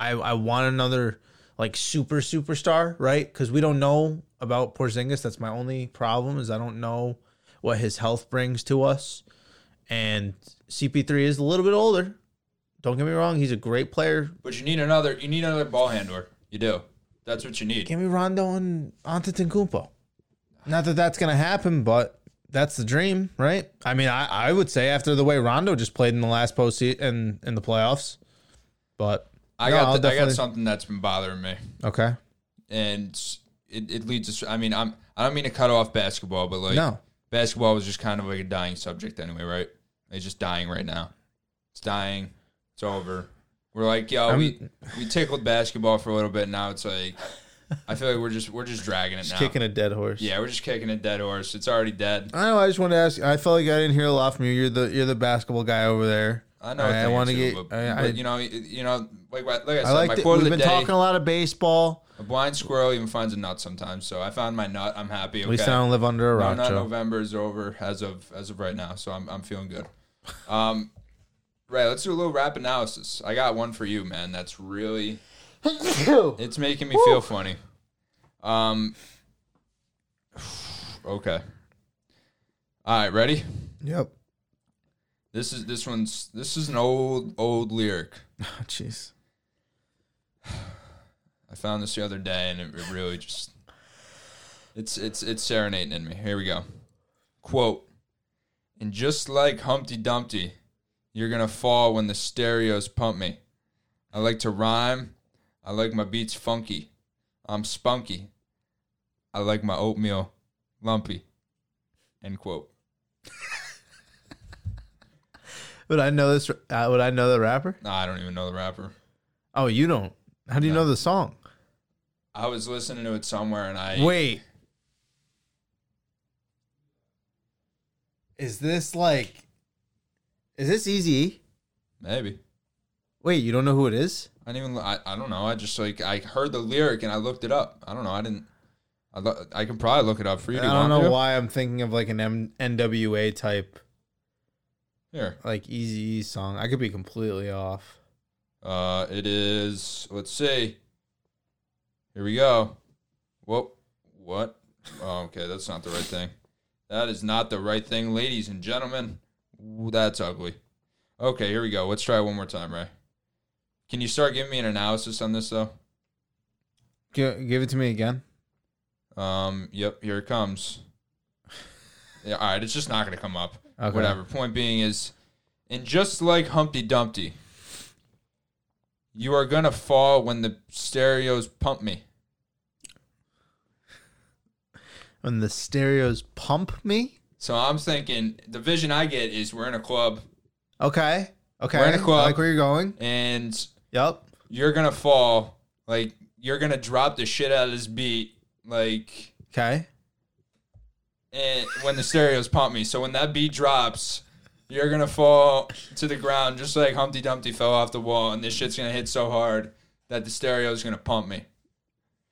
Speaker 2: I I want another like super superstar, right? Because we don't know about Porzingis. That's my only problem is I don't know what his health brings to us. And CP3 is a little bit older. Don't get me wrong; he's a great player.
Speaker 1: But you need another. You need another ball handler. You do. That's what you need.
Speaker 2: Give me Rondo and Antetokounmpo. Not that that's gonna happen, but that's the dream, right? I mean, I, I would say after the way Rondo just played in the last postseason in, in the playoffs, but
Speaker 1: I
Speaker 2: No, I'll
Speaker 1: got. th- I got
Speaker 2: definitely-
Speaker 1: something that's been bothering me,
Speaker 2: okay,
Speaker 1: and it, it leads us. I mean, I'm. I don't mean to cut off basketball, but like
Speaker 2: no,
Speaker 1: basketball was just kind of like a dying subject anyway, right? It's just dying right now. It's dying. It's over. We're like, yo,
Speaker 2: I'm-
Speaker 1: we we tickled basketball for a little bit. Now it's like, I feel like we're just we're just dragging it
Speaker 2: just
Speaker 1: now.
Speaker 2: kicking a dead horse.
Speaker 1: yeah, we're just kicking a dead horse. It's already dead.
Speaker 2: I know. I just wanted to ask. I felt like I didn't hear a lot from you. You're the you're the basketball guy over there.
Speaker 1: I know.
Speaker 2: I,
Speaker 1: a thing or
Speaker 2: want to
Speaker 1: two,
Speaker 2: get.
Speaker 1: but,
Speaker 2: I, I,
Speaker 1: but, you know, you, you know, like like I said,
Speaker 2: I
Speaker 1: my
Speaker 2: like. that
Speaker 1: quote
Speaker 2: We've
Speaker 1: of the
Speaker 2: been
Speaker 1: day.
Speaker 2: talking a lot of baseball.
Speaker 1: A blind squirrel even finds a nut sometimes. So I found my nut. I'm happy.
Speaker 2: At least
Speaker 1: Okay.
Speaker 2: I don't live under a
Speaker 1: No,
Speaker 2: rock,
Speaker 1: no,
Speaker 2: Joe.
Speaker 1: November is over as of as of right now. So I'm I'm feeling good. Um, Ray, let's do a little rap analysis. I got one for you, man. That's really it's making me feel funny. Um, okay. All right, ready?
Speaker 2: Yep.
Speaker 1: This is this one's this is an old old lyric.
Speaker 2: Oh, jeez.
Speaker 1: I found this the other day, and it it really just it's it's it's serenading in me. Here we go. Quote: And just like Humpty Dumpty, you're gonna fall when the stereos pump me. I like to rhyme. I like my beats funky. I'm spunky. I like my oatmeal lumpy. End quote.
Speaker 2: Would I know this? Uh, would I know the rapper?
Speaker 1: Nah, I don't even know the rapper.
Speaker 2: Oh, you don't. How do you know the song?
Speaker 1: I was listening to it somewhere, and I
Speaker 2: Wait. Is this like? Is this easy?
Speaker 1: maybe.
Speaker 2: Wait, you don't know who it is?
Speaker 1: I didn't even. I, I don't know. I just like I heard the lyric and I looked it up. I don't know. I didn't. I lo- I can probably look it up for you.
Speaker 2: I
Speaker 1: Do you
Speaker 2: don't
Speaker 1: want me
Speaker 2: know
Speaker 1: to?
Speaker 2: why I'm thinking of like an M- NWA type,
Speaker 1: Here,
Speaker 2: like easy song. I could be completely off.
Speaker 1: uh, it is. Let's see. Here we go. What? What? Oh, okay, that's not the right thing. That is not the right thing, ladies and gentlemen. Ooh, that's ugly. Okay, here we go. Let's try it one more time, Ray. Can you start giving me an analysis on this though?
Speaker 2: Give, give it to me again.
Speaker 1: Um. Yep. Here it comes. Yeah. All right. It's just not going to come up.
Speaker 2: Okay.
Speaker 1: Whatever. Point being is, and just like Humpty Dumpty, you are gonna fall when the stereos pump me.
Speaker 2: When the stereos pump me.
Speaker 1: So I'm thinking the vision I get is we're in a club
Speaker 2: Okay. Okay.
Speaker 1: We're in a club.
Speaker 2: I like where you're going.
Speaker 1: and
Speaker 2: Yep.
Speaker 1: you're gonna fall like you're gonna drop the shit out of this beat like
Speaker 2: Okay.
Speaker 1: and when the stereos pump me. So when that beat drops, you're gonna fall to the ground just like Humpty Dumpty fell off the wall, and this shit's gonna hit so hard that the stereo's gonna pump me.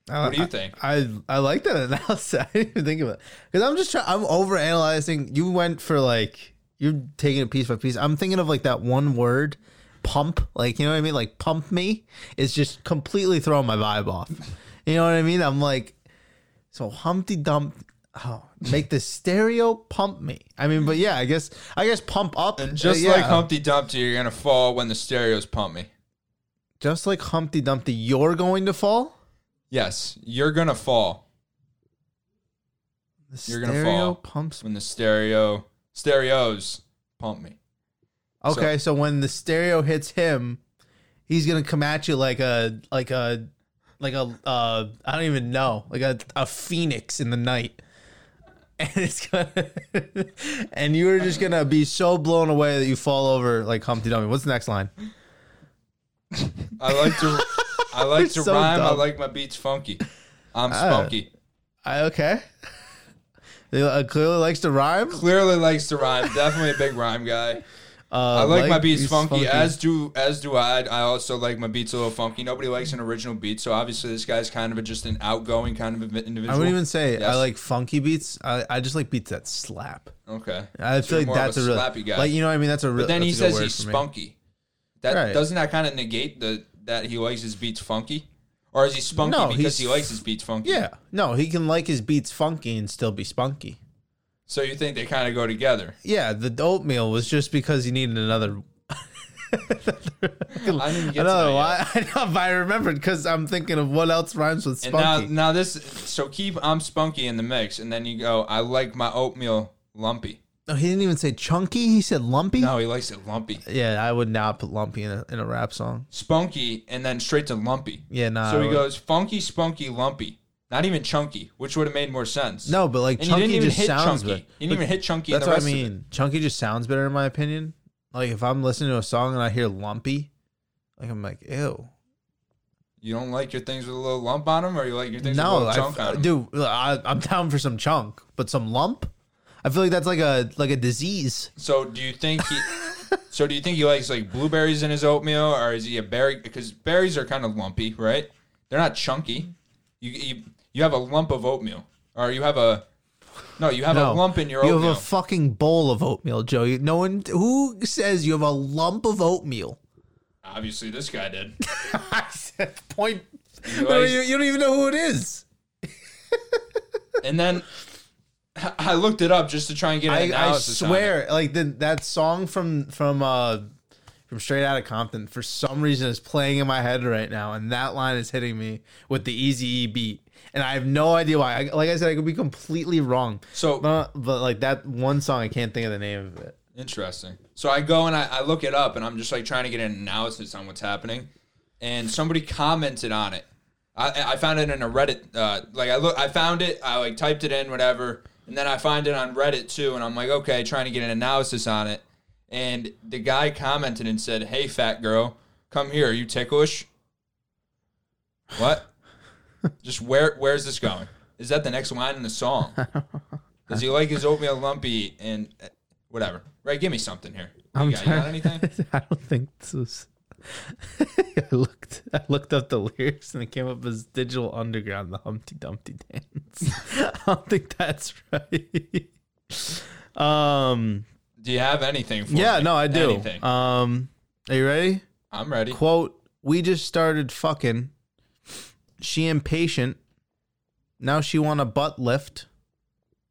Speaker 1: What do you think?
Speaker 2: I I like that analysis. I didn't even think of it because I'm just trying. I'm over analyzing. You went for like you're taking it piece by piece. I'm thinking of like that one word, pump. Like you know what I mean? Like pump me is just completely throwing my vibe off. You know what I mean? I'm like, so Humpty Dump. Oh, make the stereo pump me. I mean, but yeah, I guess I guess pump up Uh,
Speaker 1: And just
Speaker 2: yeah.
Speaker 1: like Humpty Dumpty, you're gonna fall when the stereos pump me.
Speaker 2: just like Humpty Dumpty, you're going to fall.
Speaker 1: Yes, you're gonna fall
Speaker 2: The
Speaker 1: You're gonna
Speaker 2: stereo
Speaker 1: fall.
Speaker 2: Pumps
Speaker 1: when the stereo stereos pump me.
Speaker 2: Okay, so, when the stereo hits him, he's gonna come at you like a like a like a uh, I don't even know like a, a phoenix in the night, and it's gonna and you are just gonna be so blown away that you fall over like Humpty Dumpty. What's the next line?
Speaker 1: I like to, I like to
Speaker 2: You're so
Speaker 1: rhyme. I
Speaker 2: dumb. Uh,
Speaker 1: like my beats funky. I'm spunky.
Speaker 2: I, okay, He, uh, clearly likes to rhyme.
Speaker 1: Clearly likes to rhyme. Definitely a big rhyme guy. I
Speaker 2: Uh,
Speaker 1: like, my beats, funky, as do as do I. I also like my beats a little funky. Nobody likes an original beat, so obviously this guy's kind of a, just an outgoing kind of a- individual.
Speaker 2: I wouldn't even say I
Speaker 1: Yes.
Speaker 2: like funky beats. I, I just like beats that slap.
Speaker 1: Okay,
Speaker 2: I
Speaker 1: you're
Speaker 2: feel like
Speaker 1: more of
Speaker 2: that's a,
Speaker 1: a
Speaker 2: real
Speaker 1: slappy guy.
Speaker 2: Like you know what I mean? That's a real.
Speaker 1: but then he
Speaker 2: that's a good
Speaker 1: says
Speaker 2: word
Speaker 1: he's
Speaker 2: for me.
Speaker 1: spunky. That
Speaker 2: Right.
Speaker 1: doesn't that kind of negate the that he likes his beats funky, or is he spunky
Speaker 2: No,
Speaker 1: because
Speaker 2: he's-
Speaker 1: he likes his beats funky?
Speaker 2: Yeah. No, he can like his beats funky and still be spunky.
Speaker 1: So you think they kind of go together?
Speaker 2: Yeah, the oatmeal was just because he needed another.
Speaker 1: I didn't get
Speaker 2: another
Speaker 1: to that yet.
Speaker 2: why? I know, but I remembered because I'm thinking of what else rhymes with
Speaker 1: And now,
Speaker 2: spunky.
Speaker 1: now this. So keep I'm spunky in the mix, and then you go. I like my oatmeal lumpy.
Speaker 2: no, he didn't even say chunky. He said lumpy.
Speaker 1: No, he likes it lumpy,
Speaker 2: Yeah, I would not put lumpy in a, in a rap song.
Speaker 1: spunky, and then straight to lumpy.
Speaker 2: Yeah, no.
Speaker 1: So
Speaker 2: I
Speaker 1: he
Speaker 2: would-
Speaker 1: goes funky, spunky, lumpy. Not even chunky, which would have made more sense.
Speaker 2: No, but like
Speaker 1: and he
Speaker 2: chunky
Speaker 1: didn't even
Speaker 2: just
Speaker 1: hit
Speaker 2: sounds
Speaker 1: chunky.
Speaker 2: better.
Speaker 1: He didn't
Speaker 2: But
Speaker 1: even hit chunky. in
Speaker 2: That's
Speaker 1: the
Speaker 2: what I
Speaker 1: rest of it.
Speaker 2: mean. Chunky just sounds better in my opinion. Like if I'm listening to a song and I hear lumpy, like I'm like ew.
Speaker 1: You don't like your things with a little lump on them, or you like your things with a
Speaker 2: No,
Speaker 1: little
Speaker 2: I,
Speaker 1: chunk on
Speaker 2: f-
Speaker 1: them.
Speaker 2: dude, I, I'm down for some chunk, but some lump. I feel like that's like a like a disease.
Speaker 1: So do you think he? so do you think he likes like blueberries in his oatmeal, or is he a berry? Because berries are kind of lumpy, right? They're not chunky. You you, you have a lump of oatmeal, or you have a no, you have a
Speaker 2: No,
Speaker 1: lump in your
Speaker 2: you
Speaker 1: oatmeal.
Speaker 2: have a fucking bowl of oatmeal, Joe. You- No one who says you have a lump of oatmeal.
Speaker 1: Obviously, this guy did.
Speaker 2: I said point.
Speaker 1: You
Speaker 2: No,
Speaker 1: guys-
Speaker 2: you, you don't even know who it is.
Speaker 1: and then I looked it up just to try and get an
Speaker 2: I, I
Speaker 1: analysis. on it.
Speaker 2: swear, like the, that song from from uh from Straight Outta Compton for some reason is playing in my head right now, and that line is hitting me with the Easy E beat, and I have no idea why. I, like I said, I could be completely wrong.
Speaker 1: So-
Speaker 2: but, but like that one song, I can't think of the name of it.
Speaker 1: Interesting. So I go and I, I look it up, and I'm just like trying to get an analysis on what's happening. And somebody commented on it. I, I found it in a Reddit. Uh, like I look, I found it. I like typed it in, whatever, and then I find it on Reddit too. And I'm like, okay, trying to get an analysis on it. And the guy commented and said, "Hey, fat girl, come here. Are you ticklish? What? just where? Where's this going? Is that the next line in the song? Does he like his oatmeal lumpy and uh, whatever? Right, give me something here. You got, you got anything?
Speaker 2: I don't think this was. I looked. I looked up the lyrics, and it came up as "Digital Underground," the Humpty Dumpty dance. I don't think that's right. um.
Speaker 1: Do you have anything? For
Speaker 2: Yeah.
Speaker 1: me?
Speaker 2: No, I do.
Speaker 1: Anything.
Speaker 2: Um. Are you ready?
Speaker 1: I'm ready.
Speaker 2: Quote: We just started fucking. She impatient. Now she want a butt lift.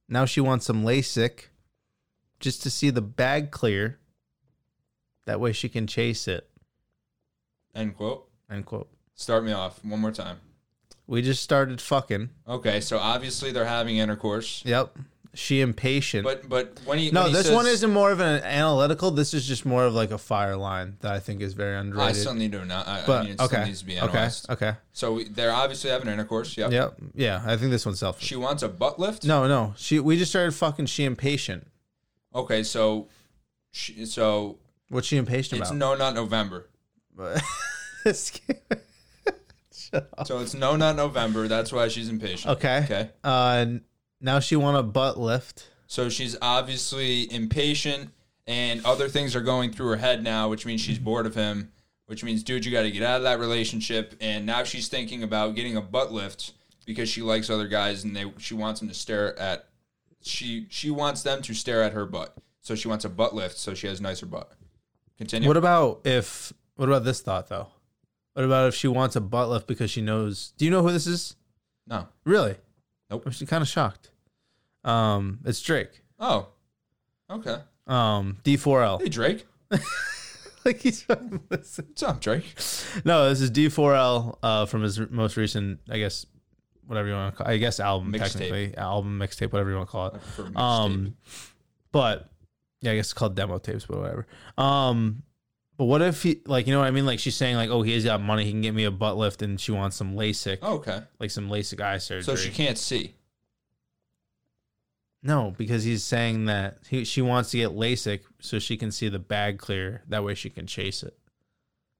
Speaker 2: Now she wants some LASIK, just to see the bag clear. That way she can chase it.
Speaker 1: End quote.
Speaker 2: End quote.
Speaker 1: Start me off one more time.
Speaker 2: We just started fucking.
Speaker 1: Okay, so obviously they're having intercourse,
Speaker 2: Yep. She impatient.
Speaker 1: but but when he
Speaker 2: no,
Speaker 1: when he
Speaker 2: this
Speaker 1: says-
Speaker 2: one isn't more of an analytical. This is just more of like a fire line that I think is very
Speaker 1: I
Speaker 2: underrated.
Speaker 1: still need to not. I,
Speaker 2: but
Speaker 1: I mean, it still
Speaker 2: okay,
Speaker 1: needs to be
Speaker 2: okay,
Speaker 1: analyzed.
Speaker 2: okay.
Speaker 1: So we, they're obviously having intercourse. Yep.
Speaker 2: Yep. Yeah, I think this one's selfish.
Speaker 1: She wants a butt lift.
Speaker 2: no, no. She. We just started fucking. She impatient.
Speaker 1: Okay, so she, so
Speaker 2: What's she impatient
Speaker 1: it's
Speaker 2: about?
Speaker 1: no not November. So it's no not November. That's why she's impatient.
Speaker 2: okay.
Speaker 1: Okay.
Speaker 2: Uh, now she want a butt lift.
Speaker 1: So she's obviously impatient, and other things are going through her head now, which means she's bored of him. Which means, dude, you got to get out of that relationship. And now she's thinking about getting a butt lift because she likes other guys, and they she wants them to stare at she she wants them to stare at her butt. So she wants a butt lift, so she has nicer butt. Continue.
Speaker 2: What about if? What about this thought though? What about if she wants a butt lift because she knows? Do you know who this is?
Speaker 1: no.
Speaker 2: Really?
Speaker 1: Nope.
Speaker 2: I'm actually kind of shocked. Um, it's Drake.
Speaker 1: Oh. Okay.
Speaker 2: Um, D4L.
Speaker 1: Hey Drake,
Speaker 2: like he's fucking listening.
Speaker 1: what's up, Drake?
Speaker 2: No, this is D4L uh, from his most recent, I guess, whatever you want to call. I guess album
Speaker 1: Mixtape.
Speaker 2: technically, album mixtape, whatever you want to call it.
Speaker 1: For mixtape.
Speaker 2: Um, but yeah, I guess it's called demo tapes, but whatever. Um, but what if he, like, you know what I mean? Like she's saying, like, oh, he's got money, he can get me a butt lift, and she wants some LASIK,
Speaker 1: oh, okay.
Speaker 2: like some LASIK eye surgery.
Speaker 1: So she can't see.
Speaker 2: No, because he's saying that he, she wants to get LASIK so she can see the bag clear. That way she can chase it.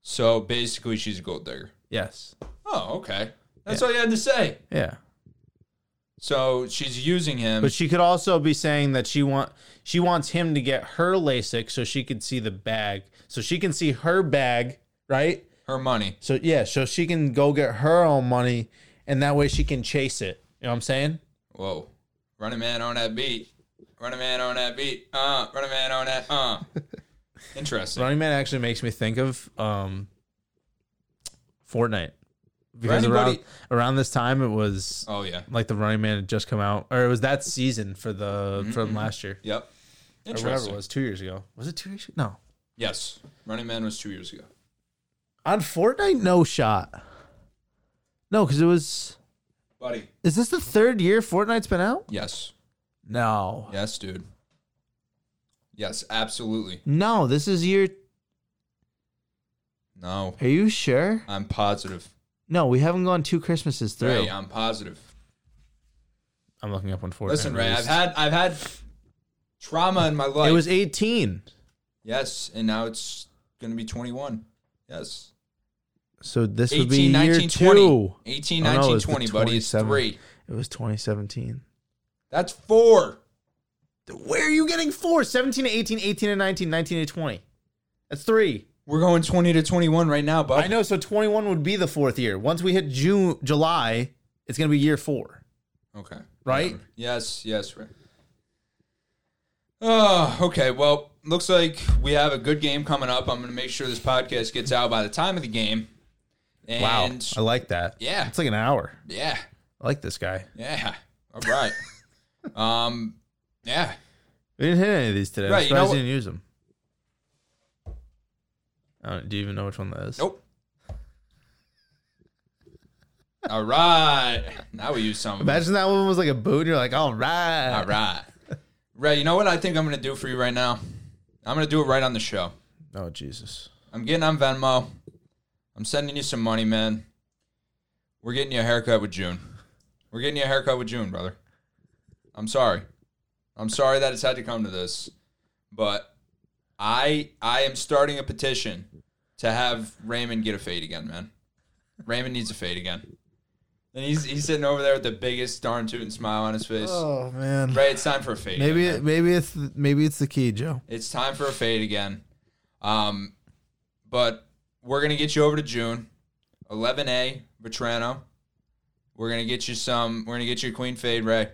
Speaker 1: So basically, she's a gold digger.
Speaker 2: Yes.
Speaker 1: Oh, okay. That's all you had to say.
Speaker 2: Yeah.
Speaker 1: So she's using him.
Speaker 2: But she could also be saying that she want she wants him to get her LASIK so she could see the bag. So she can see her bag, right?
Speaker 1: her money.
Speaker 2: So yeah, so she can go get her own money and that way she can chase it. You know what I'm saying?
Speaker 1: Whoa. Run a man on that beat. Run a man on that beat. Uh, run a man on that. Uh. Interesting.
Speaker 2: Running Man actually makes me think of um Fortnite. Because around
Speaker 1: anybody-
Speaker 2: around this time it was
Speaker 1: Oh, yeah.
Speaker 2: like the Running Man had just come out, or it was that season for the from last year,
Speaker 1: Yep.
Speaker 2: or whatever it
Speaker 1: Interesting.
Speaker 2: was, two years ago. Was it two years? ago? No,
Speaker 1: Yes. Running Man was two years ago.
Speaker 2: on Fortnite, no shot. No, because it was.
Speaker 1: Buddy.
Speaker 2: Is this the third year Fortnite's been out?
Speaker 1: Yes.
Speaker 2: No,
Speaker 1: Yes, dude. Yes, absolutely.
Speaker 2: no, this is year.
Speaker 1: No.
Speaker 2: Are you sure?
Speaker 1: I'm positive.
Speaker 2: No, we haven't gone two Christmases through.
Speaker 1: Ray, I'm positive.
Speaker 2: I'm looking up on Fortnite.
Speaker 1: Listen, Ray, I've
Speaker 2: released.
Speaker 1: had I've had trauma in my life.
Speaker 2: it was 18,
Speaker 1: yes, and now it's gonna be 21. Yes.
Speaker 2: so this would be
Speaker 1: 18,
Speaker 2: year
Speaker 1: 19, 20.
Speaker 2: two.
Speaker 1: 18,
Speaker 2: Oh, no,
Speaker 1: 19,
Speaker 2: it's the
Speaker 1: 20, buddy. It's
Speaker 2: 27.
Speaker 1: three.
Speaker 2: It was 2017.
Speaker 1: That's four.
Speaker 2: Where are you getting four? 17 to 18, 18 to 19, 19 to 20. That's three.
Speaker 1: We're going 20 to 21 right now, bud.
Speaker 2: I know. So 21 would be the fourth year. Once we hit June, July, it's going to be year four,
Speaker 1: Okay.
Speaker 2: right?
Speaker 1: Yes, yes, right. Oh, okay. Well, looks like we have a good game coming up. I'm going to make sure this podcast gets out by the time of the game. And
Speaker 2: I like that.
Speaker 1: Yeah.
Speaker 2: It's like an hour.
Speaker 1: yeah,
Speaker 2: I like this guy.
Speaker 1: yeah. All right. um, Yeah.
Speaker 2: We didn't hit any of these today.
Speaker 1: Right,
Speaker 2: I'm
Speaker 1: you
Speaker 2: surprised
Speaker 1: know
Speaker 2: you didn't use them. I don't, do you even know which one that is?
Speaker 1: Nope. All right. Now we use some. of them.
Speaker 2: Imagine that one was like a boot. And you're like, all right.
Speaker 1: All right. Ray, you know what I think I'm going to do for you right now? I'm going to do it right on the show.
Speaker 2: Oh Jesus.
Speaker 1: I'm getting on Venmo. I'm sending you some money, man. We're getting you a haircut with June. We're getting you a haircut with June, brother. I'm sorry. I'm sorry that it's had to come to this, but I I am starting a petition to have Raymond get a fade again, man. Raymond needs a fade again. And he's he's sitting over there with the biggest darn tootin' smile on his face.
Speaker 2: Oh man.
Speaker 1: Ray, it's time for a fade.
Speaker 2: Maybe
Speaker 1: again, man.
Speaker 2: it, maybe it's maybe it's the key, Joe.
Speaker 1: It's time for a fade again. Um, but we're going to get you over to June. 11A, Vetrano. We're going to get you some, we're going to get you a Queen Fade, Ray.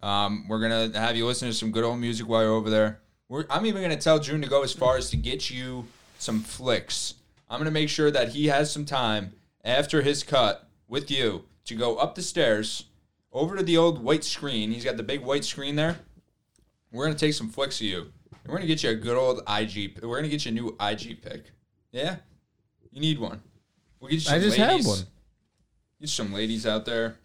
Speaker 1: Um, we're going to have you listen to some good old music while you're over there. We're, I'm even going to tell June to go as far as to get you some flicks. I'm going to make sure that he has some time after his cut with you to go up the stairs over to the old white screen. He's got the big white screen there. We're gonna take some flicks of you. And we're gonna get you a good old IG. We're gonna get you a new IG pick. Yeah, you need one. We'll get you. Some
Speaker 2: I just
Speaker 1: ladies.
Speaker 2: have one.
Speaker 1: Get some ladies out there,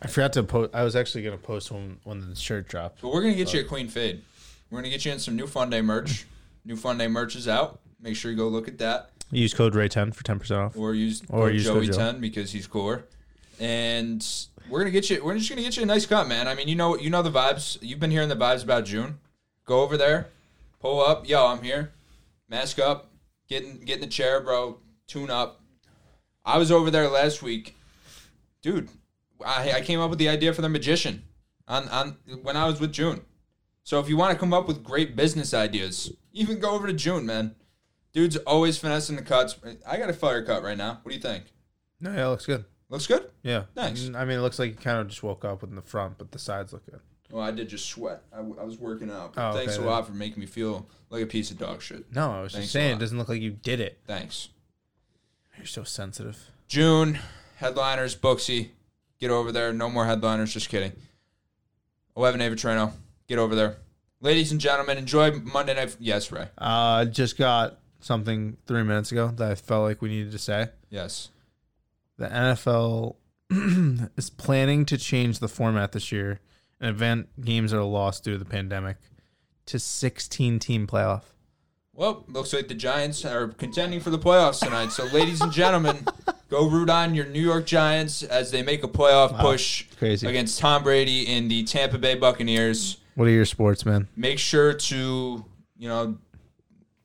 Speaker 2: I forgot to post. I was actually gonna post one when the shirt dropped.
Speaker 1: but we're gonna get you a queen fade. We're gonna get you in some new Fun Day merch. New Fun Day merch is out. Make sure you go look at that,
Speaker 2: Use code Ray ten for ten percent off.
Speaker 1: or use
Speaker 2: Or use
Speaker 1: Joey
Speaker 2: Jojo.
Speaker 1: Ten because he's cooler. And we're gonna get you. We're just gonna get you a nice cut, man. I mean, you know, you know the vibes. You've been hearing the vibes about June. Go over there, pull up. Yo, I'm here. mask up, get in, get in the chair, bro. Tune up. I was over there last week, dude. I, I came up with the idea for the magician on, on when I was with June. So if you want to come up with great business ideas, even go over to June, man. Dude's always finessing the cuts. I got a fire cut right now. What do you think?
Speaker 2: No, yeah, it looks good.
Speaker 1: Looks good.
Speaker 2: Yeah,
Speaker 1: Nice.
Speaker 2: I mean, it looks like you kind of just woke up in the front, but the sides look good.
Speaker 1: Well, Oh, I did just sweat. I, w- I was working out.
Speaker 2: Oh,
Speaker 1: Thanks
Speaker 2: okay,
Speaker 1: a
Speaker 2: then.
Speaker 1: lot for making me feel like a piece of dog shit.
Speaker 2: No, I was
Speaker 1: Thanks
Speaker 2: just
Speaker 1: a
Speaker 2: saying,
Speaker 1: lot.
Speaker 2: it doesn't look like you did it.
Speaker 1: Thanks.
Speaker 2: You're so sensitive.
Speaker 1: June headliners, Booksy, get over there. No more headliners. Just kidding. Eleven A Vetrano, get over there. Ladies and gentlemen, enjoy Monday night. Yes, Ray.
Speaker 2: Uh, just got something three minutes ago that I felt like we needed to say.
Speaker 1: Yes.
Speaker 2: The NFL is planning to change the format this year and event games that are lost due to the pandemic to 16 team playoff.
Speaker 1: Well, looks like the Giants are contending for the playoffs tonight. So, ladies and gentlemen, go root on your New York Giants as they make a playoff push
Speaker 2: crazy.
Speaker 1: against Tom Brady and the Tampa Bay Buccaneers.
Speaker 2: What are your sports, man?
Speaker 1: Make sure to you know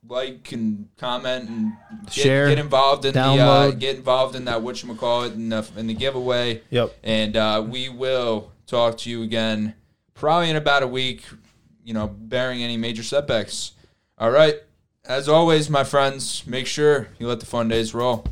Speaker 1: like and comment and get,
Speaker 2: Share,
Speaker 1: get involved in the uh,
Speaker 2: download.
Speaker 1: get involved in that what you call it in the, in the giveaway.
Speaker 2: Yep.
Speaker 1: And uh, we will talk to you again probably in about a week, you know, bearing any major setbacks. All right. As always, my friends, make sure you let the fun days roll.